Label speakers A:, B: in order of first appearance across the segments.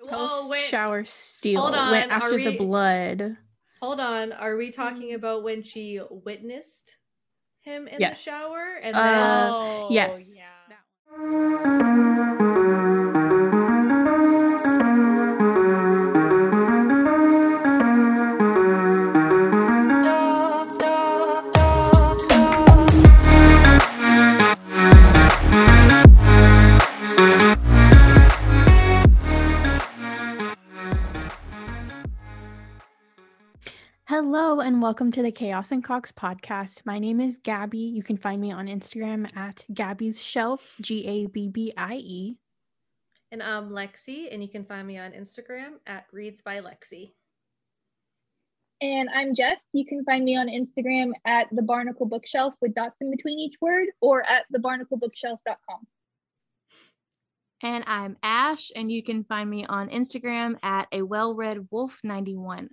A: Oh, wait.
B: shower steal
A: Hold on,
B: went
A: are
B: after the
A: we-
B: blood.
A: Hold on. Are we
B: Mm-hmm.
A: talking about when she witnessed him in
B: Yes.
A: the shower? And
B: Uh,
C: oh,
B: yes.
C: Yeah.
B: Hello and welcome to the Chaos and Cox podcast. My name is Gabby. You can find me on Instagram at Gabby's Shelf, G A B B I E.
A: and I'm Lexi, and you can find me on Instagram at Reads by Lexi.
D: And I'm Jess. You can find me on Instagram at the Barnacle Bookshelf with dots in between each word or at thebarnaclebookshelf.com.
E: And I'm Ash, and you can find me on Instagram at a well read wolf 91.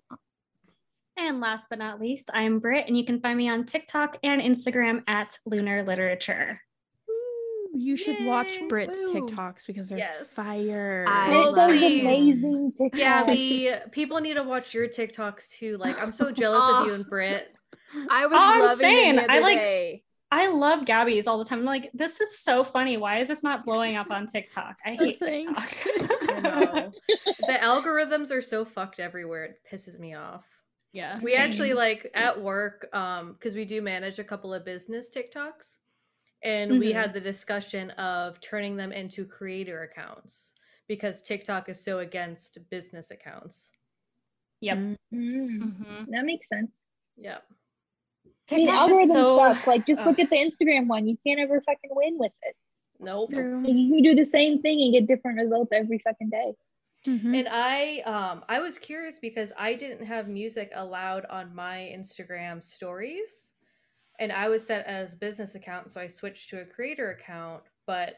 F: And last but not least, I'm Britt, and you can find me on TikTok and Instagram at Lunar Literature.
B: Woo, You should watch
A: Yay,
B: Brit's
E: woo.
B: TikToks because they're
A: Yes.
B: fire.
E: I
A: Well,
D: Make
A: love
D: those
A: these.
D: amazing TikToks.
A: Gabby, people need to watch your TikToks too. Like, I'm so jealous of you and Britt.
E: I was
F: All Oh, I'm
E: loving
F: saying,
E: them the
F: I
E: other
F: like-
E: day.
F: I love Gabby's all the time. I'm like, this is so funny. Why is this not blowing up on TikTok? I
E: Oh,
F: hate
B: Thanks.
A: I
F: TikTok.
A: know. the algorithms are so fucked everywhere. It pisses me off.
B: Yes.
A: we actually like at work um because we do manage a couple of business tiktoks and we
E: Mhm.
A: had the discussion of turning them into creator accounts because tiktok is so against business accounts
F: Yep.
D: Mm,
E: Mhm.
D: that makes sense.
A: yep
D: I mean,
F: TikTok's just
D: algorithms
F: so-
D: suck. Like, just
F: oh.
D: look at the Instagram one. You can't ever fucking win with it.
A: nope
B: True.
D: Like, you can do the same thing and get different results every fucking day.
B: Mhm.
A: and i um i was curious because i didn't have music allowed on my instagram stories and i was set as business account so i switched to a creator account but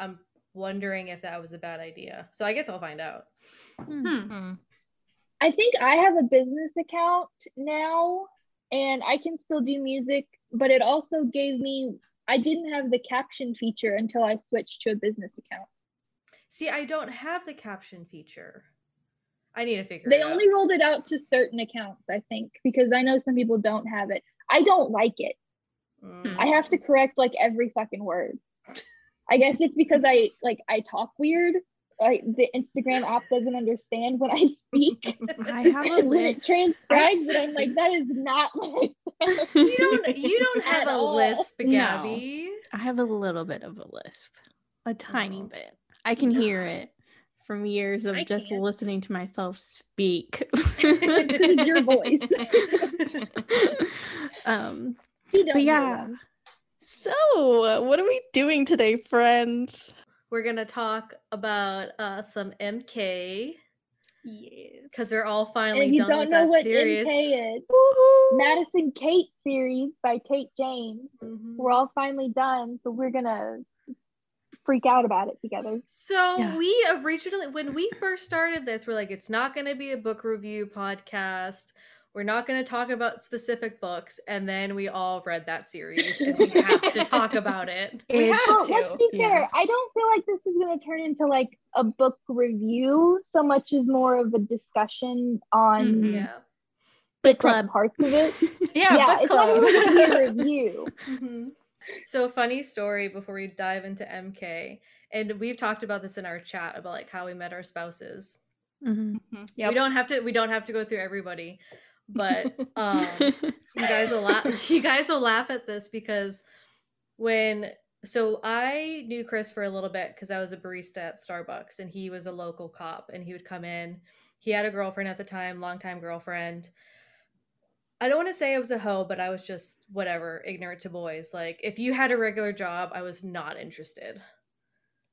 A: i'm wondering if that was a bad idea so i guess i'll find out
F: Hmm.
E: Mhm.
D: I think I have a business account now and I can still do music, but it also gave me, I didn't have the caption feature until I switched to a business account.
A: See, I don't have the caption feature. I need to figure
D: They
A: it out.
D: only rolled it out to certain accounts, I think, because I know some people don't have it. I don't like it.
A: Mm.
D: I have to correct like every fucking word. I guess it's because I like I talk weird. Like the Instagram app doesn't understand when I speak.
B: I have a
D: And then it
B: list.
D: transcribes, and I'm like, that is not my
A: You don't. You don't
D: At
A: have a
D: all.
A: lisp,
F: No.
A: Gabby.
B: I have a little bit of a lisp, a tiny
A: Oh.
B: bit. I can hear it from years of
D: I
B: just
D: can't.
B: listening to myself speak.
D: Use your voice.
B: um,
D: He don't
B: but
D: do
B: yeah.
D: them.
B: So, what are we doing today, friends?
A: We're gonna talk about uh, some MK
F: yes.
A: because they're all finally
D: And you
A: done
D: don't
A: with
D: know
A: that
D: what
A: series.
D: MK is.
B: Woohoo!
D: Madison Kate series by Kate James.
A: Mhm.
D: We're all finally done, so we're gonna freak out about it together.
A: So
B: Yeah.
A: we originally, when we first started this, we're like, it's not going to be a book review podcast. We're not going to talk about specific books. And then we all read that series, and we have to talk about it.
B: It's-
D: Well, let's be
B: Yeah.
D: fair. I don't feel like this is going to turn into like a book review so much as more of a discussion on
F: Mhm.
D: different
A: Yeah.
B: Book club.
D: parts of it.
F: yeah, book
D: it's
F: club.
D: not even going to be a review.
A: Mhm. So funny story before we dive into MK. And we've talked about this in our chat about like how we met our spouses.
B: Mhm.
F: Yep.
A: We don't have to we don't have to go through everybody, but um you guys will laugh you guys will laugh at this because when so I knew Chris for a little bit because I was a barista at Starbucks and he was a local cop and he would come in. He had a girlfriend at the time, longtime girlfriend. I don't want to say I was a hoe, but I was just whatever, ignorant to boys. Like if you had a regular job, I was not interested.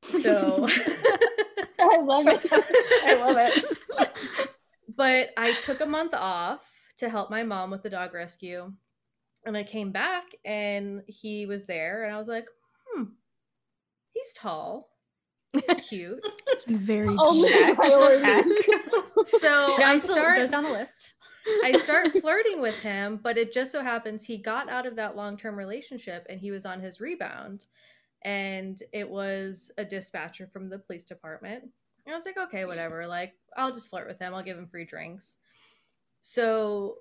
A: So
D: I love it.
F: I love it.
A: but I took a month off to help my mom with the dog rescue. And I came back and he was there and I was like, hmm, he's tall. He's cute.
B: Very
D: Only
B: deep.
F: Check,
D: priority.
F: check.
A: so I
F: Absolutely.
A: start
F: Goes down the list.
A: I start flirting with him, but it just so happens he got out of that long-term relationship and he was on his rebound. And it was a dispatcher from the police department. And I was like, okay, whatever. Like, I'll just flirt with him. I'll give him free drinks. So,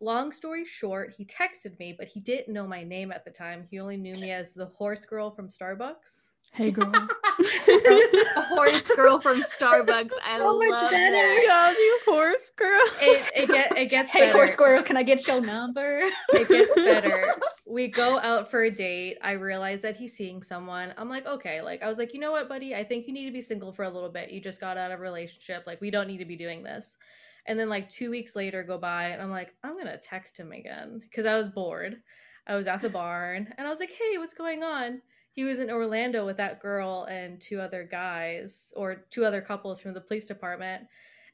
A: long story short, he texted me, but he didn't know my name at the time. He only knew me as the horse girl from Starbucks.
B: Hey girl.
E: A horse girl from Starbucks. I
F: Oh
D: So much
E: love
D: better.
E: that.
B: God, you horse girl.
A: It, it, get, it gets
F: Hey,
A: better.
F: horse squirrel, can I get your number?
A: it gets better. We go out for a date. I realize that he's seeing someone. I'm like, okay, like I was like, you know what, buddy? I think you need to be single for a little bit. You just got out of a relationship. Like we don't need to be doing this. And then like 2 weeks later go by and I'm like, I'm going to text him again cuz I was bored. I was at the barn and I was like, "Hey, what's going on?" He was in Orlando with that girl and two other guys or two other couples from the police department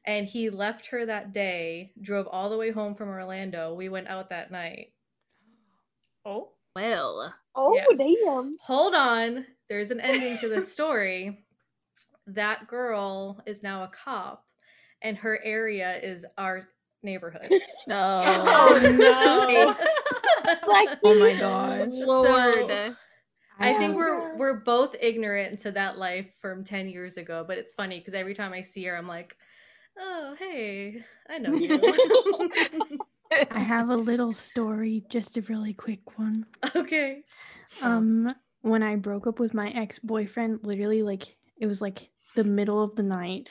A: and he left her that day, drove all the way home from Orlando. We went out that night.
F: Oh.
E: Well,
D: Oh
A: Yes.
D: damn.
A: Hold on, there's an ending to this story. That girl is now a cop, and her area is our neighborhood.
B: Oh,
F: no.
D: Like
B: Oh my gosh.
E: Lord.
A: I
B: Yeah.
A: think we're we're both ignorant to that life from ten years ago, but it's funny because every time I see her, I'm like, "Oh, hey, I know you."
B: I have a little story, just a really quick one.
A: okay.
B: Um, when I broke up with my ex boyfriend, literally, like, it was like the middle of the night.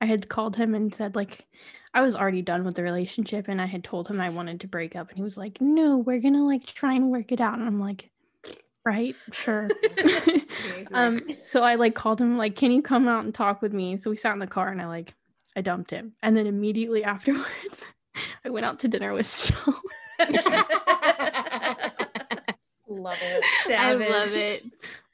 B: I had called him and said, like, I was already done with the relationship and I had told him I wanted to break up. And he was like, no, we're gonna like try and work it out. And I'm like, right, sure. um, so I like called him, like, can you come out and talk with me? So we sat in the car and I like, I dumped him. And then immediately afterwards, I went out to dinner with Stone.
F: Love it.
E: I love it.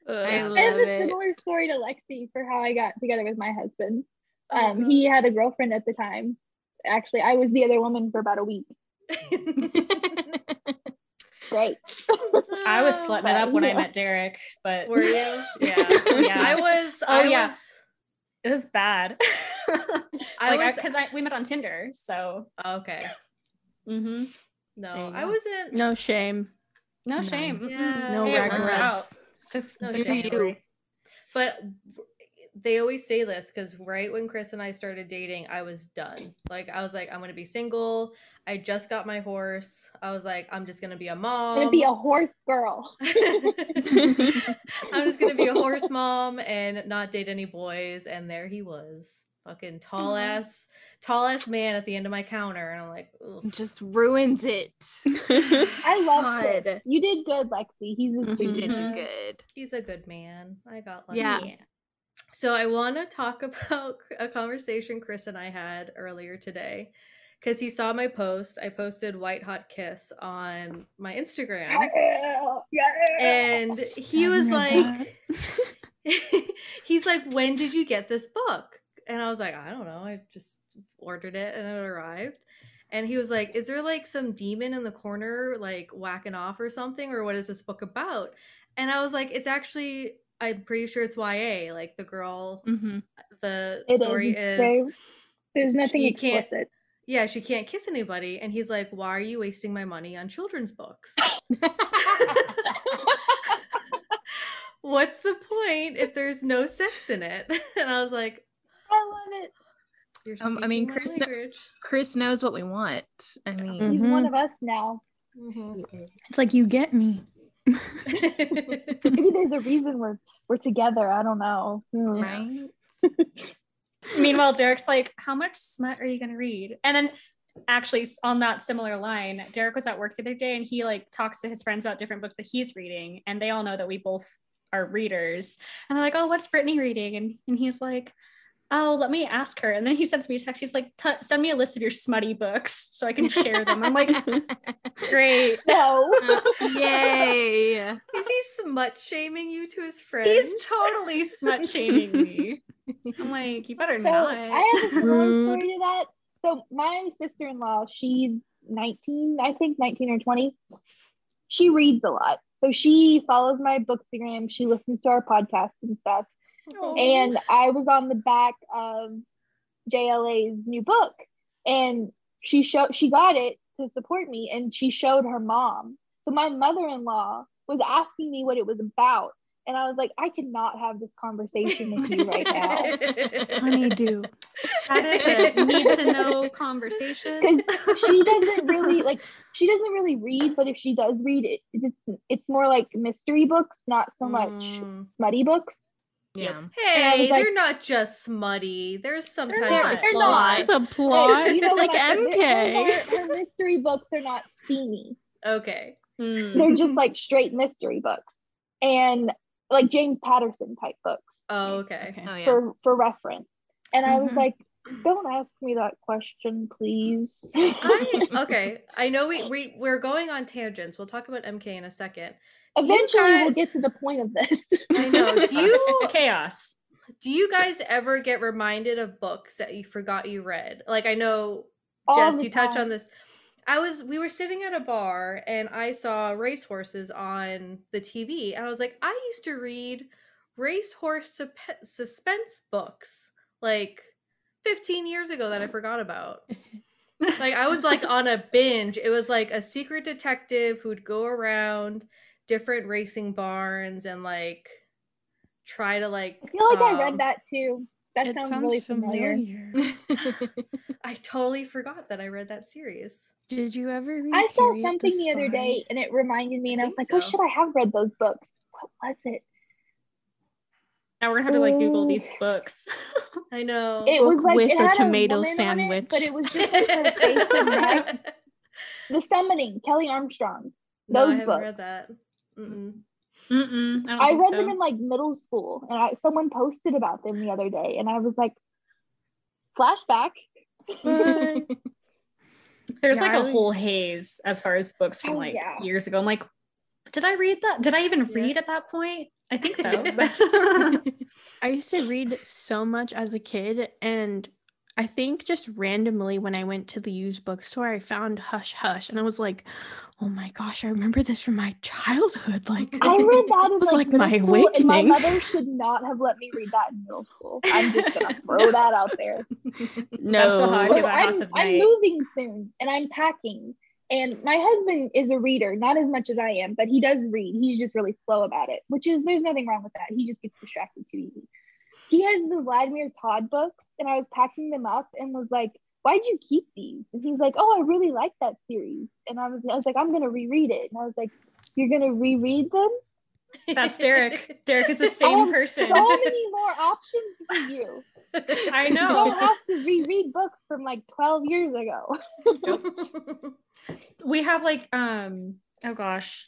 E: I
D: I
E: love
D: have a
E: it.
D: similar story to Lexi for how I got together with my husband.
A: Oh,
D: Um,
A: God.
D: he had a girlfriend at the time. Actually, I was the other woman for about a week. Great.
F: I was
E: Oh,
F: slutting it up when I
D: Yeah.
F: met Derek, but
A: Were you? Yeah.
F: Yeah.
A: I was.
F: Oh,
A: I
F: yeah.
A: was.
F: it was bad.
A: I
F: like,
A: was. oh,
F: because I, we met on Tinder, so
A: okay.
F: mm-hmm.
A: No,
F: There you
A: I
F: go.
A: wasn't.
B: No shame.
F: no
B: No.
F: shame. Mm-mm.
A: Yeah.
B: No
E: Yeah,
F: it worked out.
B: regrets.
F: Suc-
A: No
F: success
E: shame.
F: story.
A: But they always say this because right when Chris and I started dating, I was done. Like I was like, I'm gonna be single. I just got my horse. I was like, I'm just gonna be a
D: I'm
A: mom.
D: gonna
E: Um,
D: be a horse girl.
A: I'm just gonna be a horse mom and not date any boys. And there he was, fucking tall ass, tall ass man at the end of my counter. And I'm like, Ugh.
E: Just ruins it.
D: I love
E: God. Mm-hmm.
D: it. You did good, Lexi. He's a
E: You
D: dude.
E: did
F: Mhm.
E: good.
A: he's a good man. I got lucky.
E: Yeah.
A: So I want to talk about a conversation Chris and I had earlier today because he saw my post. I posted White Hot Kiss on my Instagram.
D: Yeah, yeah.
A: And he
B: I
A: was
B: remember
A: like, he's like, when did you get this book? And I was like, I don't know. I just ordered it and it arrived. And he was like, Is there like some demon in the corner, like whacking off or something? Or what is this book about? And I was like, It's actually, I'm pretty sure it's YA. Like the girl uh,
B: Mm-hmm.
A: the
D: It
A: story is,
D: There- There's nothing
A: she can't-
D: explicit.
A: yeah she can't kiss anybody and he's like why are you wasting my money on children's books what's the point if there's no sex in it and i was like
D: I love it.
A: you're
E: Um,
A: speaking
E: I mean,
A: my
E: Chris-
A: language.
E: Chris knows what we want. I mean,
D: He's one of us now.
A: Mhm.
B: It's like you get me.
A: Mm-hmm.
D: Maybe there's a reason we're we're together. I don't know. Hmm.
E: right?
F: Meanwhile, Derek's like, "How much smut are you gonna read?" And then, actually, s- on that similar line, Derek was at work the other day, and he like talks to his friends about different books that he's reading, and they all know that we both are readers, and they're like, "Oh, what's Brittany reading?" And and he's like. Oh, let me ask her. And then he sends me a text. He's like, "T- send me a list of your smutty books so I can share them. I'm like, great.
D: No.
E: Uh, yay.
A: is he smut shaming you to his friends
F: He's totally smut shaming me. I'm like, you better
D: So
F: not.
D: I have a similar
B: Rude.
D: story to that. So my sister-in-law, she's 19, I think 19 or 20. She reads a lot. So she follows my bookstagram. She listens to our podcasts and stuff. And I was on the back of JLA's new book and she showed she got it to support me and she showed her mom. So my mother-in-law was asking me what it was about. and I was like, I cannot have this conversation with you right now.
B: Honey, do.
F: That is a need to know conversation.
D: Because she doesn't really like she doesn't really read, but if she does read it, it's it's more like mystery books, not so much
A: Mm.
D: smutty books.
E: Yeah.
D: I
A: Hey,
D: was like-
A: they're not just smutty. There's sometimes
E: not.
A: a
E: They're
A: flaw.
E: not.
B: It's a plot.
D: Hey, you know
B: like
D: what I-
B: MK.
D: Her, her mystery books are not steamy.
A: Okay.
E: Mm.
D: They're just like straight mystery books and like James Patterson type books
A: Oh, okay.
B: Okay.
E: Oh yeah.
D: for for reference. And I was
E: Mhm.
D: like, don't ask me that question, please.
A: I, okay. I know we, we we're going on tangents. We'll talk about MK in a second.
D: Eventually, we'll
A: guys-
D: get to the point of this.
A: I know. Do you
F: chaos.
A: do you guys ever get reminded of books that you forgot you read? Like I know
D: All
A: Jess,
D: the
A: you touched
D: time.
A: on this. I was we were sitting at a bar and I saw racehorses on the TV and I was like, I used to read racehorse supe- suspense books like 15 years ago that I forgot about. Like I was like on a binge. It was like a secret detective who'd go around different racing barns and like try to like
D: I feel like I
A: um,
D: read that too. That
B: It
D: sounds,
B: sounds
D: really familiar.
B: familiar.
A: I totally forgot that I read that series.
B: Did you ever read
D: I saw
B: Harriet
D: something the other
B: Spy?
D: day and it reminded me, and I,
A: I
D: was like,
A: think
D: oh,
A: so.
D: should I have read those books? What was it?
F: Now we're gonna have to like Google
D: Ooh.
F: these books.
A: I know.
D: It
B: Book
D: was like
B: with
D: it
B: a
D: had
B: tomato
D: woman on it,
B: sandwich.
D: but it was just like her face and neck. The Summoning, Kelly Armstrong.
A: no, I
D: Those
A: haven't
D: books.
A: read that. Mm-mm.
F: Mm-mm, I, don't
D: I
F: think
D: read
F: so.
D: them in like middle school, and I, someone posted about them the other day, and I was like, flashback.
B: What?
F: There's
B: Yeah,
F: like
B: I
F: a
B: would-
F: whole haze as far as books from
D: Oh,
F: like
D: yeah.
F: years ago. I'm like, did I read that? Did I even
A: Yeah.
F: read at that point? I think so.
B: I used to read so much as a kid, and I think just randomly when I went to the used bookstore, I found Hush Hush, and I was like, "Oh my gosh, I remember this from my childhood!" Like,
D: I read that in
B: was,
D: like,
B: like, my
D: middle school, and my
B: awakening.
D: mother should not have let me read that in middle school. I'm just gonna throw that out there.
F: That's so how I
B: no,
F: feel
D: Well,
F: about
D: I'm,
F: House of
D: I'm
F: Night.
D: moving soon and I'm packing. And my husband is a reader, not as much as I am, but he does read. He's just really slow about it, which is there's nothing wrong with that. He just gets distracted too easy. He has the Vladimir Todd books, and I was packing them up and was like, Why'd you keep these? And he's like, Oh, I really like that series. And I was I was like, I'm gonna reread it. And I was like, You're gonna reread them?
F: That's Derek. Derek is the
D: I
F: same
D: have
F: person.
D: Oh, So many more options for you.
F: I
D: You
F: know.
D: don't have to reread books from like 12 years ago.
F: We have like um oh gosh.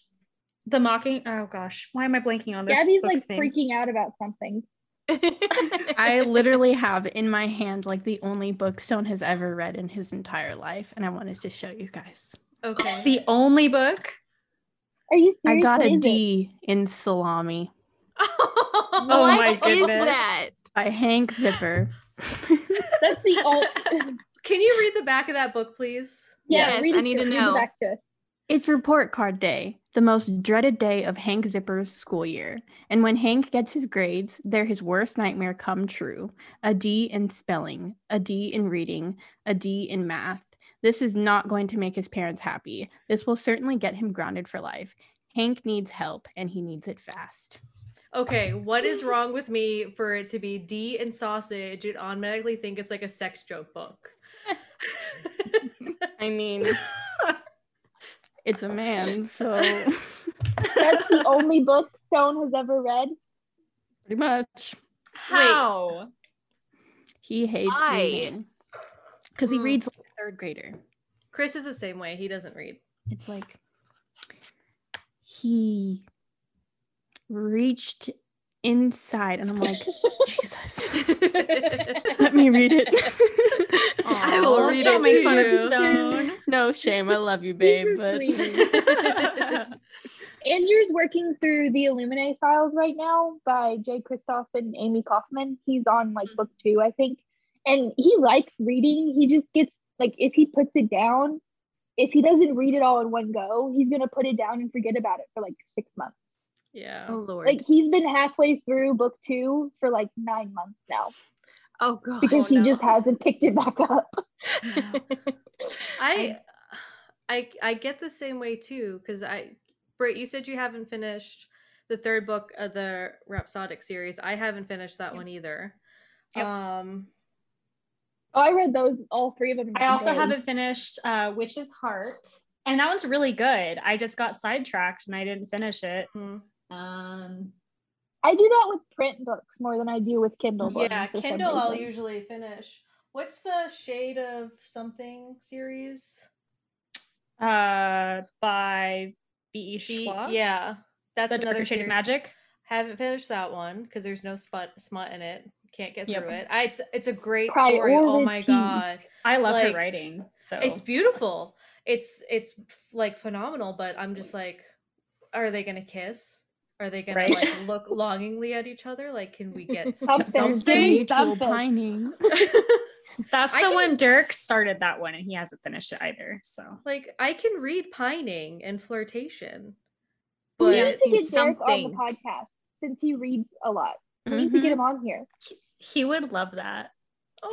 F: The mocking oh gosh. Why am I blanking on this?
D: Gabby's
F: book's
D: like
F: name?
D: freaking out about something.
B: I literally have in my hand like the only book Stone has ever read in his entire life, and I wanted to show you guys.
A: okay.
F: the only book.
D: Are you
B: I
D: serious?
B: got
D: What
B: a
D: is it?
B: D in Salami
A: oh,
F: Oh my
E: What is
F: goodness.
E: that?
B: by Hank Zipper.
D: That's the only.
A: Can you read the back of that book, please?
D: yeah,
E: Yes,
D: read
E: I
D: it
E: need
D: us,
E: to
D: read it
E: know.
D: Back to us.
B: It's report card day, the most dreaded day of Hank Zipper's school year. And when Hank gets his grades, they're his worst nightmare come true. A D in spelling, a D in reading, a D in math. This is not going to make his parents happy. This will certainly get him grounded for life. Hank needs help and he needs it fast.
A: Okay, what is wrong with me for it to be D and sausage and automatically think it's like a sex joke book?
B: I mean, it's a man, so
D: That's the only book Stone has ever read.
B: pretty much
F: How?
B: he hates
E: Why?
B: reading because he
A: Mm.
B: reads like a third grader.
A: Chris is the same way. He doesn't read.
B: It's like he reached inside, and I'm like, Jesus, let me read it.
A: I will
F: Aw,
A: read
F: don't
A: it
F: make
A: to
F: fun of
A: you.
F: Stone.
B: no shame, I love you,
D: You're
B: babe, but
D: sweet. Andrew's working through the Illuminae files right now by Jay Kristoff and Amy Kaufman. He's on
E: Mm-hmm.
D: like book two, I think. And he likes reading. He just gets like if he puts it down, if he doesn't read it all in one go, he's gonna put it down and forget about it for like six months.
A: Yeah.
E: oh lord.
D: Like he's been halfway through book two for like nine months now.
E: oh god.
D: because he
A: no.
D: just hasn't picked it back up.
A: I I I get the same way too because I Britt, you said you haven't finished the third book of the Rhapsodic series. I haven't finished that one either.
F: Yep.
A: Um,
D: Oh, I read those all three of them. in
F: I also
D: one day.
F: haven't finished uh, Witch's Heart, and that one's really good. I just got sidetracked and I didn't finish it.
A: hmm.
F: Um,
D: I do that with print books more than I do with Kindle books.
A: yeah,
D: for some
A: Kindle. I'll
D: reason.
A: usually finish. What's the shade of something series?
F: uh, by B.E.
A: Be-
F: Schwab.
A: E yeah, that's
F: the
A: another
F: Darker Shade of
A: series.
F: Magic.
A: Haven't finished that one because there's no smut smut in it. Can't get
F: Yep.
A: through it. I, it's it's a great story. Oh my
D: Priorities.
A: god,
F: I love
A: Like,
F: her writing. So
A: it's beautiful. It's it's like phenomenal. But I'm just like, are they gonna kiss? Are they gonna
F: Right.
A: like look longingingly at each other? Like, can we get
D: Something.
B: There's
D: Something.
A: something?
B: mutual pining.
F: that's the
A: I can-
F: one Dirk started that one, and he hasn't finished it either. So
A: like, I can read pining and flirtation,
D: We
A: but
D: need to get Derek on
E: something.
D: the podcast since he reads a lot. We need to get him on here.
F: he would love that.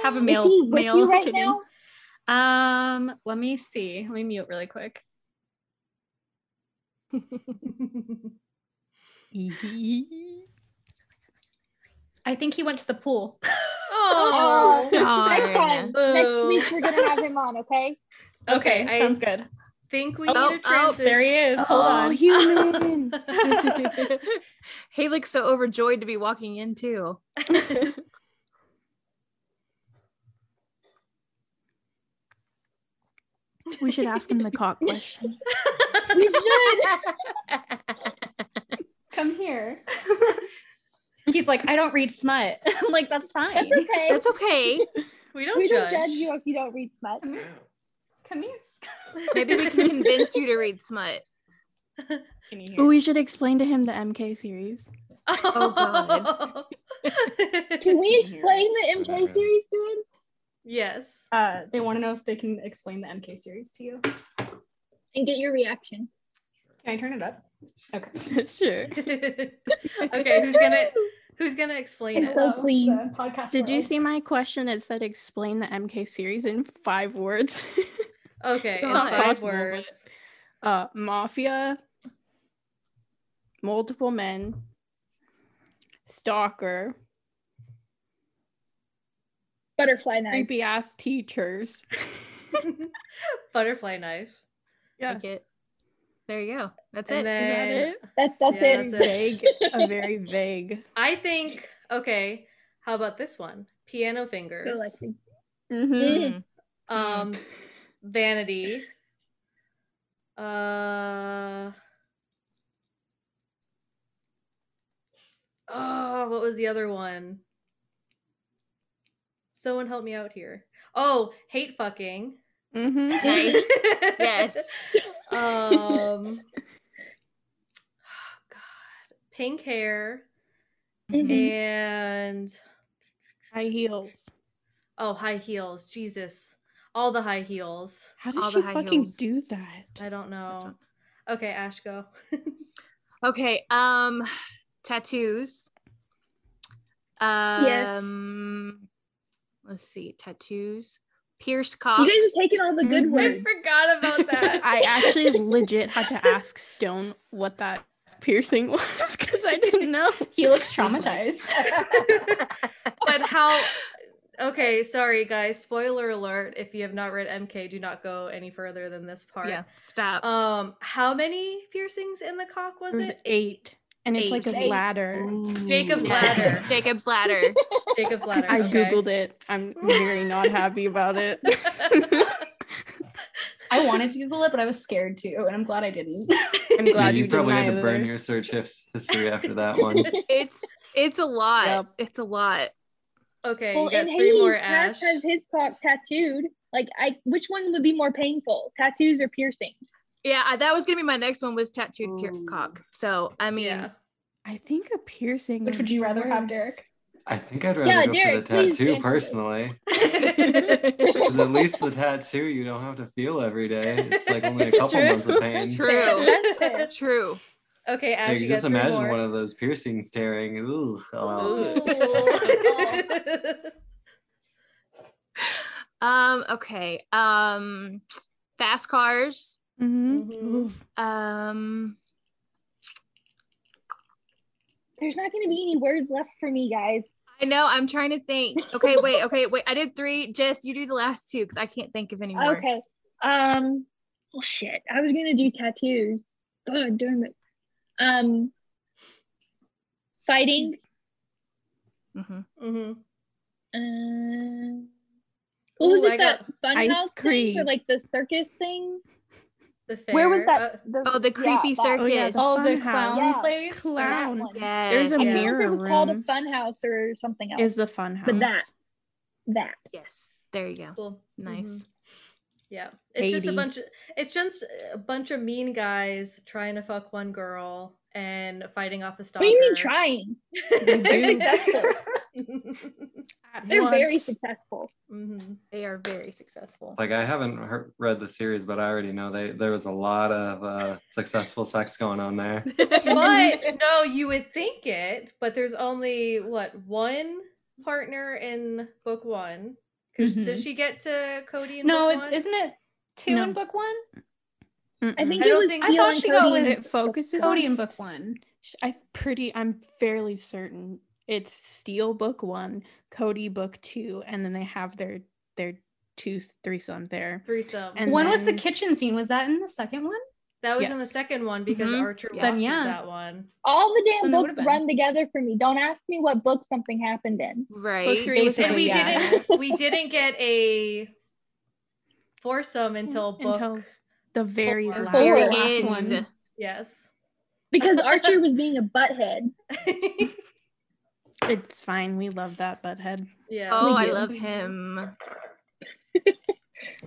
F: Have a
A: Oh.
F: male
D: Is he with
F: male
D: you right
F: opinion.
D: now?
F: Um, let me see. Let me mute really quick. I think he went to the pool.
A: Oh.
E: Oh,
D: Uh, next time, next
A: Boo.
D: week we're gonna have him on. Okay.
A: Okay, I-
F: sounds good.
A: Think we
E: Oh,
A: need a
E: oh,
A: transition.
F: There he is. Hold
B: oh,
F: on.
B: human.
E: he looks so overjoyed to be walking in too.
B: we should ask him the cock question.
D: We should.
F: Come here. He's like, I don't read smut. I'm like, that's fine.
D: That's okay.
E: That's okay.
A: we don't
D: we
A: judge.
D: don't judge you if you don't read smut.
F: Come here.
E: Maybe we can convince you to read smut.
F: Can you hear?
B: we should explain to him the MK series.
E: Oh, God.
D: Can we
C: Here.
D: explain the MK series to him?
A: yes.
F: uh, they want to know if they can explain the MK series to you. Can
D: And get your reaction.
F: I turn it up? Okay.
B: sure.
A: okay, who's gonna who's gonna explain it?
D: So please.
F: The podcast
B: Did you
F: world.
B: see my question that said explain the MK series in five words?
A: Okay, in
E: Not
A: five
B: possible, but-
A: words.
B: uh, mafia, multiple men, stalker,
D: Butterfly knife.
B: creepy ass teachers.
A: Butterfly knife.
B: Yeah.
E: Like it. There you go. That's
A: And
B: Is
E: it.
B: that
A: then
B: it?
D: That's that's
A: Yeah,
D: it.
A: that's it.
B: Vague, a very vague.
A: I think okay, how about this one? Piano fingers.
D: Go, Lexi.
B: Mhm.
E: Mm.
A: um vanity. Uh Oh, what was the other one? Someone help me out here. Oh, hate fucking.
B: Mhm.
E: Nice. Yes.
A: Um oh, God. Pink hair
D: Mhm.
B: Mm-hmm.
A: and
B: High heels.
A: oh high heels. Jesus. All the high heels.
B: How
E: All
B: does
E: the
B: she
E: high
B: fucking
E: heels.
B: do that?
A: I don't know. Okay, Ash go.
E: Okay. Um, tattoos. Um, let's see. Tattoos. Pierced
D: You
E: cocks.
D: guys are taking all the good
B: Mhm.
A: I
D: words.
A: forgot about that.
B: I actually legit had to ask Stone what that piercing was because I didn't know.
F: He looks traumatized.
A: but how okay sorry guys spoiler alert if you have not read mk do not go any further than this part
E: yeah. Stop.
A: um how many piercings in the cock was
B: There was
A: it
B: eight, and it's like
A: Eight.
B: a
D: Eight.
B: ladder.
A: jacob's
E: Yes.
A: ladder
E: Jacob's ladder.
A: jacob's ladder
B: I
A: okay.
B: googled it. I'm very not happy about it.
F: I wanted to Google it, but I was scared too, and I'm glad I didn't.
B: I'm
C: Yeah,
B: glad
C: you,
B: you,
C: probably
B: didn't
C: had to burn
B: either.
C: your search his- history after that one.
E: It's it's a lot.
B: Yep.
E: It's a lot.
A: okay
D: Well,
A: you got
D: and
A: three
D: Hades
A: more
D: Crash
A: ash
D: has his cock tattooed. Like, I which one would be more painful, tattoos or piercings?
E: Yeah, I, that was gonna be my next one was tattooed pier- cock. So I mean,
A: yeah
B: I think a piercing.
F: Which would you rather have,
B: worse.
F: Derek?
C: I think I'd rather
D: Yeah,
C: go
D: Derek,
C: for the
D: please
C: tattoo
D: answer this.
C: personally.
A: True.
C: Because at least the tattoo you don't have to feel every day. It's like only a couple
B: True.
C: months of pain.
E: true,
D: fair.
E: true.
A: okay
C: Yeah,
A: ash
C: you
A: you
C: just
A: got three
C: imagine
A: more.
C: one of those piercings tearing. Ooh, oh.
A: Ooh.
E: Um, okay. Um, fast cars.
B: Mhm.
A: Mhm.
B: Oof.
E: Um,
D: There's not going to be any words left for me, guys.
E: I know. I'm trying to think. Okay, wait. Okay, wait. I did three. Jess, you do the last two because I can't think of any more.
D: Okay. Um. Well, shit. I was gonna do tattoos. God damn it. Um. Fighting.
E: Mhm.
A: hmm
D: Um. What was
A: Ooh,
D: it
A: I
D: that
A: got
B: ice
D: funhouse thing or
B: cream.
D: like the circus thing?
A: The
D: Where was
A: fair.
D: that?
A: Uh,
E: Oh, the creepy
D: that-
B: Oh, yeah,
E: circus.
B: the
E: Oh,
F: Oh, the
B: Funhouse.
F: clown
D: Yeah.
F: place.
D: that
B: Clown.
D: one.
E: yes.
B: There's a
E: yes.
D: I don't remember if
B: mirror
D: it was called a
B: room.
D: fun house or something else.
B: Is the fun house.
D: But that- that.
E: Yes. There you go.
A: cool.
E: Nice.
A: Mhm. Yeah, it's just a
B: 80.
A: bunch of it's just a bunch of mean guys trying to fuck one girl and fighting off a stalker.
D: What do you mean trying? They're
B: do.
D: successful.
B: at
D: They're very
B: once.
D: successful.
A: Mhm.
E: They are very successful.
C: Like I haven't heard, read the series, but I already know they there was a lot of uh, successful sex going on there.
A: But no, you would think it, but there's only what one partner in book one. 'Cause Does
F: Mhm.
A: she get to Cody? In
F: No,
A: book
F: it's,
A: one?
F: isn't it two
B: No.
F: in book one?
D: I
B: Mm-mm.
D: think
A: I
D: it
A: don't
D: was
A: think-
F: I
D: Theo
F: thought
D: and
F: she got
D: Cody
F: with-
D: in-
B: it focuses
F: Cody
B: on
F: in book
B: s-
F: one.
B: I pretty I'm fairly certain it's Steel book 1, Cody book 2 and then they have their their two threesome there.
A: threesome.
B: And
F: when was the
B: then-
F: kitchen scene? Was that in the second one?
A: that was in the
B: yes.
A: second one because
E: Mhm.
A: Archer
E: Yeah.
A: watches
F: Then, yeah.
A: that one.
D: All the
F: Then
D: damn
F: it would've
D: books
F: been.
D: run together for me. Don't ask me what book something happened in.
E: right.
B: three is
A: and
B: Oh,
A: we
B: yeah.
A: didn't we didn't get a foursome until book
B: Mm, Until the very
A: Four.
B: last
E: Very
D: Oh,
E: end.
F: one.
A: yes
D: Because Archer was being a butthead.
B: It's fine. We love that butthead.
A: yeah
E: Oh, I
D: do.
E: love him.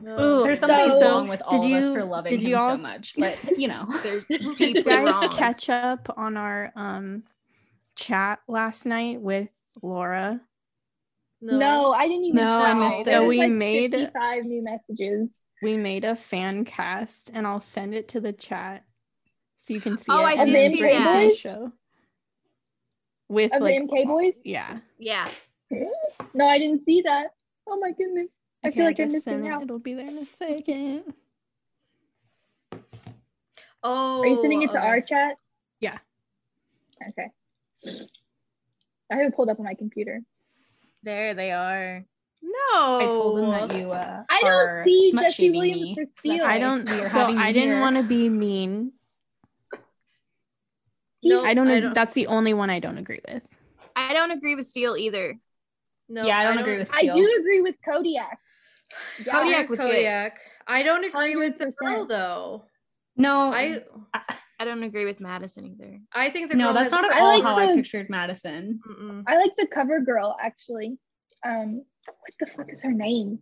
A: No.
F: There's
B: There's
F: something
D: So-
F: wrong with all
B: did
F: of us for
B: you-
F: loving
B: did you
F: him so
B: all-
F: much, but you know.
E: There's deeply
B: guys
E: wrong.
B: catch up on our um chat last night with Laura.
D: No, I didn't even.
F: No, I
D: try.
F: missed
D: There
F: it.
D: was,
B: We
D: like
B: made-
D: 55 new messages.
B: We made a fan cast and I'll send it to the chat so you can see
E: Oh,
B: it.
E: I
B: and
D: did
B: then
D: see
B: break down
D: that.
B: the show. With
D: Of
B: like
D: the MK Boys?
B: yeah.
E: Yeah.
D: No, I didn't see that. Oh my goodness. I
B: Okay,
D: feel like I'm
B: just
D: missing
B: sent it.
D: out.
B: It'll be there in a second.
A: oh
D: Are you sending it to
A: okay.
D: our chat?
B: Yeah.
D: Okay. I have it pulled up on my computer.
F: There they are.
A: no
F: I told them that you uh,
D: I don't
F: are
D: see
F: smut
D: Jesse
F: shaming
D: Williams
F: me.
D: for
F: So that's
D: Steal.
F: why
B: I don't
F: we are
B: so
F: having you
B: I didn't
F: here.
B: want to be mean.
A: no,
B: I don't, that's the only one I don't agree with.
E: I don't agree with Steele either.
A: no
F: Yeah, I don't agree with
D: I
F: Steele.
D: do agree with Kodiak. Yeah.
E: Kodiak was good.
A: Kodiak. I don't agree with the
D: 100%.
A: girl though
F: No,
A: I
E: I don't agree with Madison either.
A: I think the girl
F: no,
A: has-
F: that's not at
D: I
F: all
D: like
F: how
D: the-
F: I pictured Madison.
A: Mm-mm.
D: I like the cover girl actually. Um, what the fuck is her name?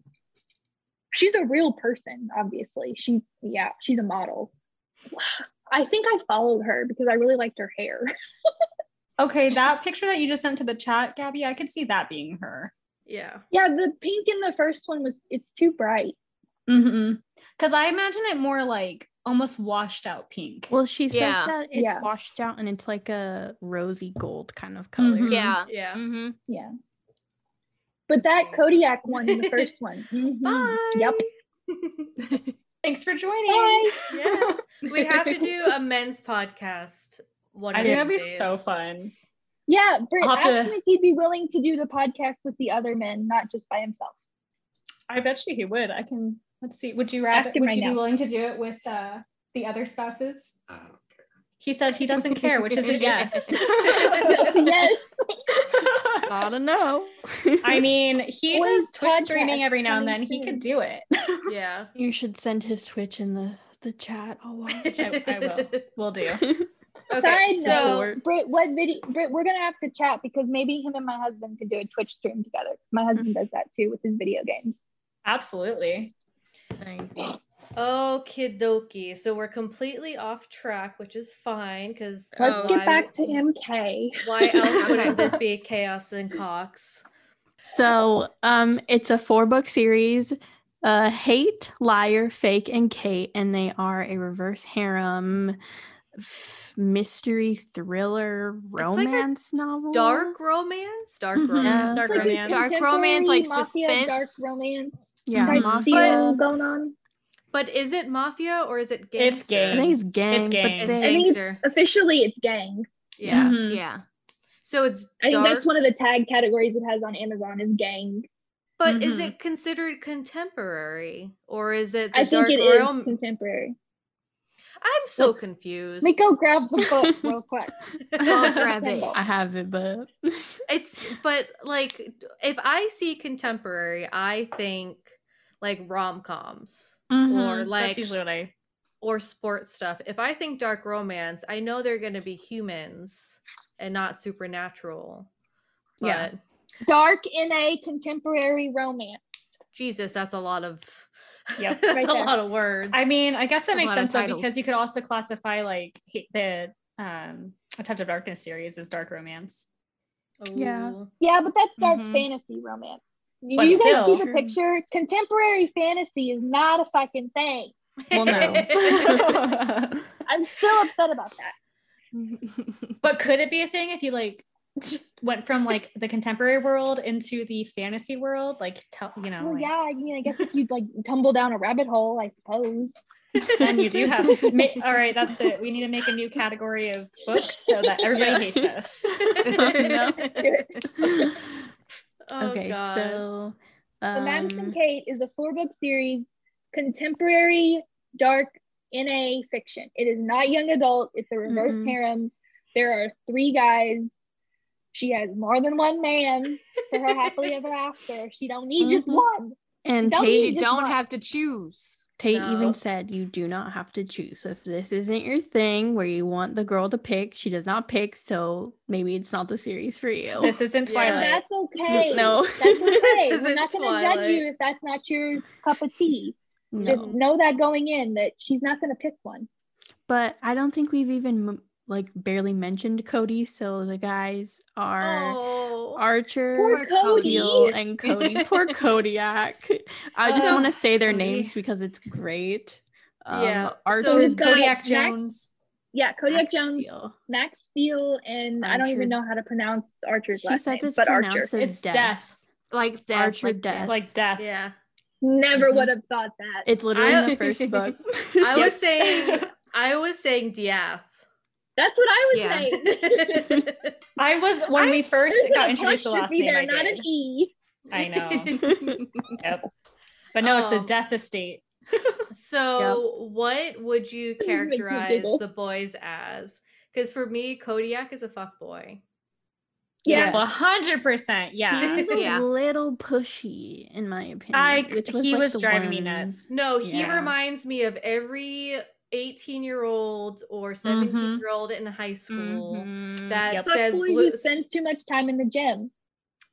D: She's a real person, obviously. She, yeah, she's a model. I think I followed her because I really liked her hair.
F: Okay, that picture that you just sent to the chat, Gabby, I could see that being her.
A: yeah
D: Yeah, the pink in the first one was it's too bright.
F: Mm-hmm. Because I imagine it more like almost washed out pink.
B: Well, she says
E: Yeah.
B: that it's
D: Yeah.
B: washed out and it's like a rosy gold kind of color.
F: Mhm.
E: Yeah.
A: yeah
E: hmm
D: Yeah. But that Kodiak one in the first one. Mhm.
A: bye
D: Yep.
F: Thanks for joining.
D: Bye.
A: yes we have to do a men's podcast one
F: I
A: of
F: think that'd be
A: these
F: so
A: days.
F: fun.
D: Yeah, Britt
F: I'll
D: asked
F: have to-
D: him if he'd be willing to do the podcast with the other men, not just by himself.
F: I bet you he would. I can. Let's see. Would you rather?
D: Ask him
F: Would
D: right
F: you be
D: now.
F: willing to do it with uh, the other spouses?
C: I don't care.
F: He said he doesn't care, which is a yes.
D: That's a yes.
B: Not a no.
F: I mean, he
D: Or
F: does Twitch
D: podcast
F: streaming every now and then. He
D: too.
F: could do it.
A: yeah
B: you should send his Twitch in the the chat. I'll watch.
F: I- I will. We'll do.
A: okay
D: Side
A: so
B: note.
D: Britt, what video? Britt, we're gonna have to chat because maybe him and my husband could do a Twitch stream together. My husband does that too with his video games.
F: Absolutely.
A: Okie dokie. So we're completely off track, which is fine because
D: Let's
E: Oh,
D: get back to MK.
A: Why else wouldn't this be chaos and Cox?
B: So, um, it's a four book series. Uh, hate, liar, fake, and Kate, and they are a reverse harem, f- mystery thriller
A: like a
B: romance novel.
A: Dark romance, dark
B: Mhm.
A: romance,
B: Yeah.
A: dark
D: It's like a
A: romance.
E: Dark
D: contemporary
E: romance, like
D: mafia, dark
E: suspense.
D: romance.
B: yeah,
D: type
B: mafia.
D: deal going on.
A: But is it mafia or is it gangster?
F: It's
B: I
F: gang.
B: think it's gang.
F: gang.
B: But
A: It's
B: they-
D: gang.
A: gangster.
D: Officially, it's gang.
A: Yeah.
F: Mhm.
E: Yeah.
A: So it's
D: Mm-hmm. I think
A: dark,
D: that's one of the tag categories it has on Amazon is gang.
A: but is
E: Mhm.
A: it considered contemporary or is it the
D: mm-hmm. I think
A: dark
D: it is
A: realm?
D: contemporary.
A: I'm so confused.
D: Miko grabs the book real quick.
E: I'll grab it.
D: Kindle.
B: I have it, but
A: it's but like if I see contemporary, I think like rom coms
F: Mhm,
A: like-
F: that's usually what I.
A: or sports stuff. If I think dark romance, I know they're going to be humans and not supernatural. But
B: Yeah.
D: Dark in a contemporary romance.
A: Jesus, that's a lot of
F: Yep,
A: that's
D: right
A: a
D: there.
A: lot of words.
F: I mean, I guess that
E: A
F: makes
E: lot of
F: sense though,
E: titles.
F: because you could also classify like he- the um, A Touch of Darkness series as dark romance.
B: yeah.
A: Ooh.
D: Yeah, but that's dark
E: Mhm.
D: fantasy romance. Do
F: Mm-hmm. But
D: you guys
F: still-
D: see the picture? Contemporary fantasy is not a fucking thing.
F: Well, no.
D: I'm still upset about that.
F: but could it be a thing if you like went from like the contemporary world into the fantasy world? Like, tell you know,
D: Well,
F: like,
D: yeah, I mean, I guess if you like tumble down a rabbit hole, I suppose.
F: and you do have ma- all right that's it we need to make a new category of books so that everybody
A: Yeah.
F: hates us
A: Oh,
B: okay,
A: God.
B: so
D: The Madison
B: um,
D: Kate is a four book series, contemporary dark NA fiction. It is not young adult, it's a reverse
B: Mhm.
D: harem. There are three guys. She has more than one man for her happily ever after. She don't need just
B: Mm-hmm.
F: Mhm.
D: one.
B: and
D: Don't
B: Tate
E: you
D: you just
E: Oh, don't
D: want-
E: have to choose.
B: Tate
A: No.
B: even said you do not have to choose. So if this isn't your thing where you want the girl to pick, she does not pick, so maybe it's not the series for you.
F: this isn't
A: Yeah.
F: twilight
D: And that's okay.
B: No.
D: That's okay.
A: This
D: We're not
A: isn't
D: gonna judge you if that's not your cup of tea. Just
B: no.
D: know that going in that she's not gonna pick one.
B: But I don't think we've even m- like barely mentioned Cody, so the guys are
A: Oh.
B: Archer,
D: Poor Cody.
B: Steele, and Cody. Poor Kodiak. I just
A: Oh,
B: want to say their
F: Cody.
B: names because it's great. Um,
A: Yeah,
B: Archer,
A: so
D: we've got
F: Kodiak
D: Max-
F: Jones.
D: Yeah, Kodiak
B: Max
D: Jones,
B: Steele.
D: Max Steele, and I don't
B: Archer.
D: even know how to pronounce Archer's
B: He
D: last
B: says
D: name,
B: it's
D: but Archer.
B: pronounced as
F: It's
B: death.
F: death.
E: Like death.
B: Archer
E: like
B: death.
F: like death
A: Yeah.
D: Never
F: Mm-hmm.
B: Mhm.
D: would have thought that.
B: It's literally in
A: I-
B: the first book.
A: I was saying I was saying Diaf.
D: That's what I was
E: Yeah.
D: saying.
F: i was when
A: I-
F: we first
D: There's
F: got
D: an
F: introduced to last
D: apostrophe
F: name
D: there,
F: I,
D: not
F: did.
D: an E.
F: I know yep. but
A: But
F: no it's the
A: Um,
F: death estate
A: So, what would you
D: Makes me
A: characterize
D: giggle.
A: the boys as? Because for me, Kodiak is a fuckboy.
D: Yeah.
B: Yeah.
F: 100% yeah
B: He was a
E: Yeah.
B: little pushy, in my opinion.
F: i
B: which
F: he
B: like,
F: was
B: the
F: driving me
B: one-
F: nuts
A: No, he
F: Yeah.
A: reminds me of every 18 year old or 17 year old in high school
B: Mm-hmm.
F: Mm-hmm.
E: Mhm.
A: that
F: Yep.
A: says
D: Boy
A: blue.
D: who spends too much time in the gym.